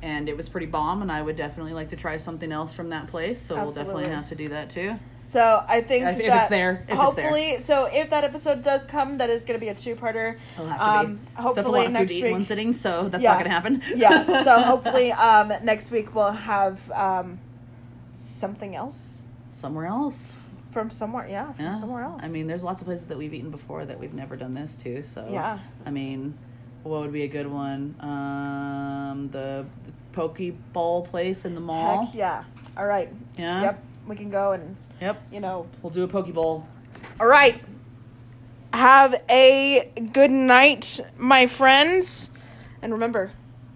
Speaker 8: and it was pretty bomb. And I would definitely like to try something else from that place, so we'll
Speaker 2: Absolutely.
Speaker 8: definitely have to do that too.
Speaker 2: So I think
Speaker 8: If- if it's
Speaker 2: that
Speaker 8: there, if it's
Speaker 2: hopefully, so if that episode does come, that is going to be a two-parter.
Speaker 8: It'll have to
Speaker 2: um,
Speaker 8: be.
Speaker 2: Hopefully
Speaker 8: that's a lot of food
Speaker 2: next
Speaker 8: to eat
Speaker 2: week.
Speaker 8: in one sitting, so that's
Speaker 2: Yeah.
Speaker 8: not gonna happen.
Speaker 2: yeah. So hopefully um, next week we'll have um, something else
Speaker 8: somewhere else.
Speaker 2: from somewhere. Yeah, from
Speaker 8: Yeah.
Speaker 2: somewhere else.
Speaker 8: I mean, there's lots of places that we've eaten before that we've never done this to. So
Speaker 2: Yeah.
Speaker 8: I mean, what would be a good one? Um, the, the poke bowl place in the mall.
Speaker 2: heck yeah. All right.
Speaker 8: Yeah.
Speaker 2: Yep. We can go and
Speaker 8: Yep.
Speaker 2: you know.
Speaker 8: We'll do a poke bowl.
Speaker 2: All right. Have a good night, my friends, and remember,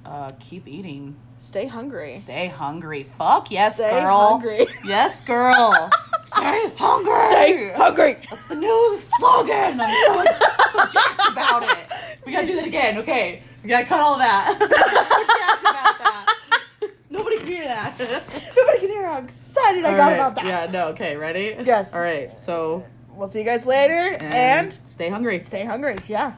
Speaker 8: Uh, keep eating.
Speaker 2: stay hungry.
Speaker 8: Stay hungry. Fuck yes,
Speaker 2: Stay
Speaker 8: girl.
Speaker 2: hungry.
Speaker 8: Yes, girl. Stay hungry.
Speaker 2: Stay hungry.
Speaker 8: That's the new slogan. I'm so, so jacked about it. We gotta do that again. Okay, we gotta cut all that. I'm so jacked about that. Nobody can hear that.
Speaker 2: Nobody can hear how excited I
Speaker 8: All
Speaker 2: got
Speaker 8: right,
Speaker 2: about that.
Speaker 8: Yeah. No. Okay. Ready?
Speaker 2: Yes.
Speaker 8: All right. So
Speaker 2: We'll see you guys later and,
Speaker 8: stay hungry.
Speaker 2: stay hungry. Yeah.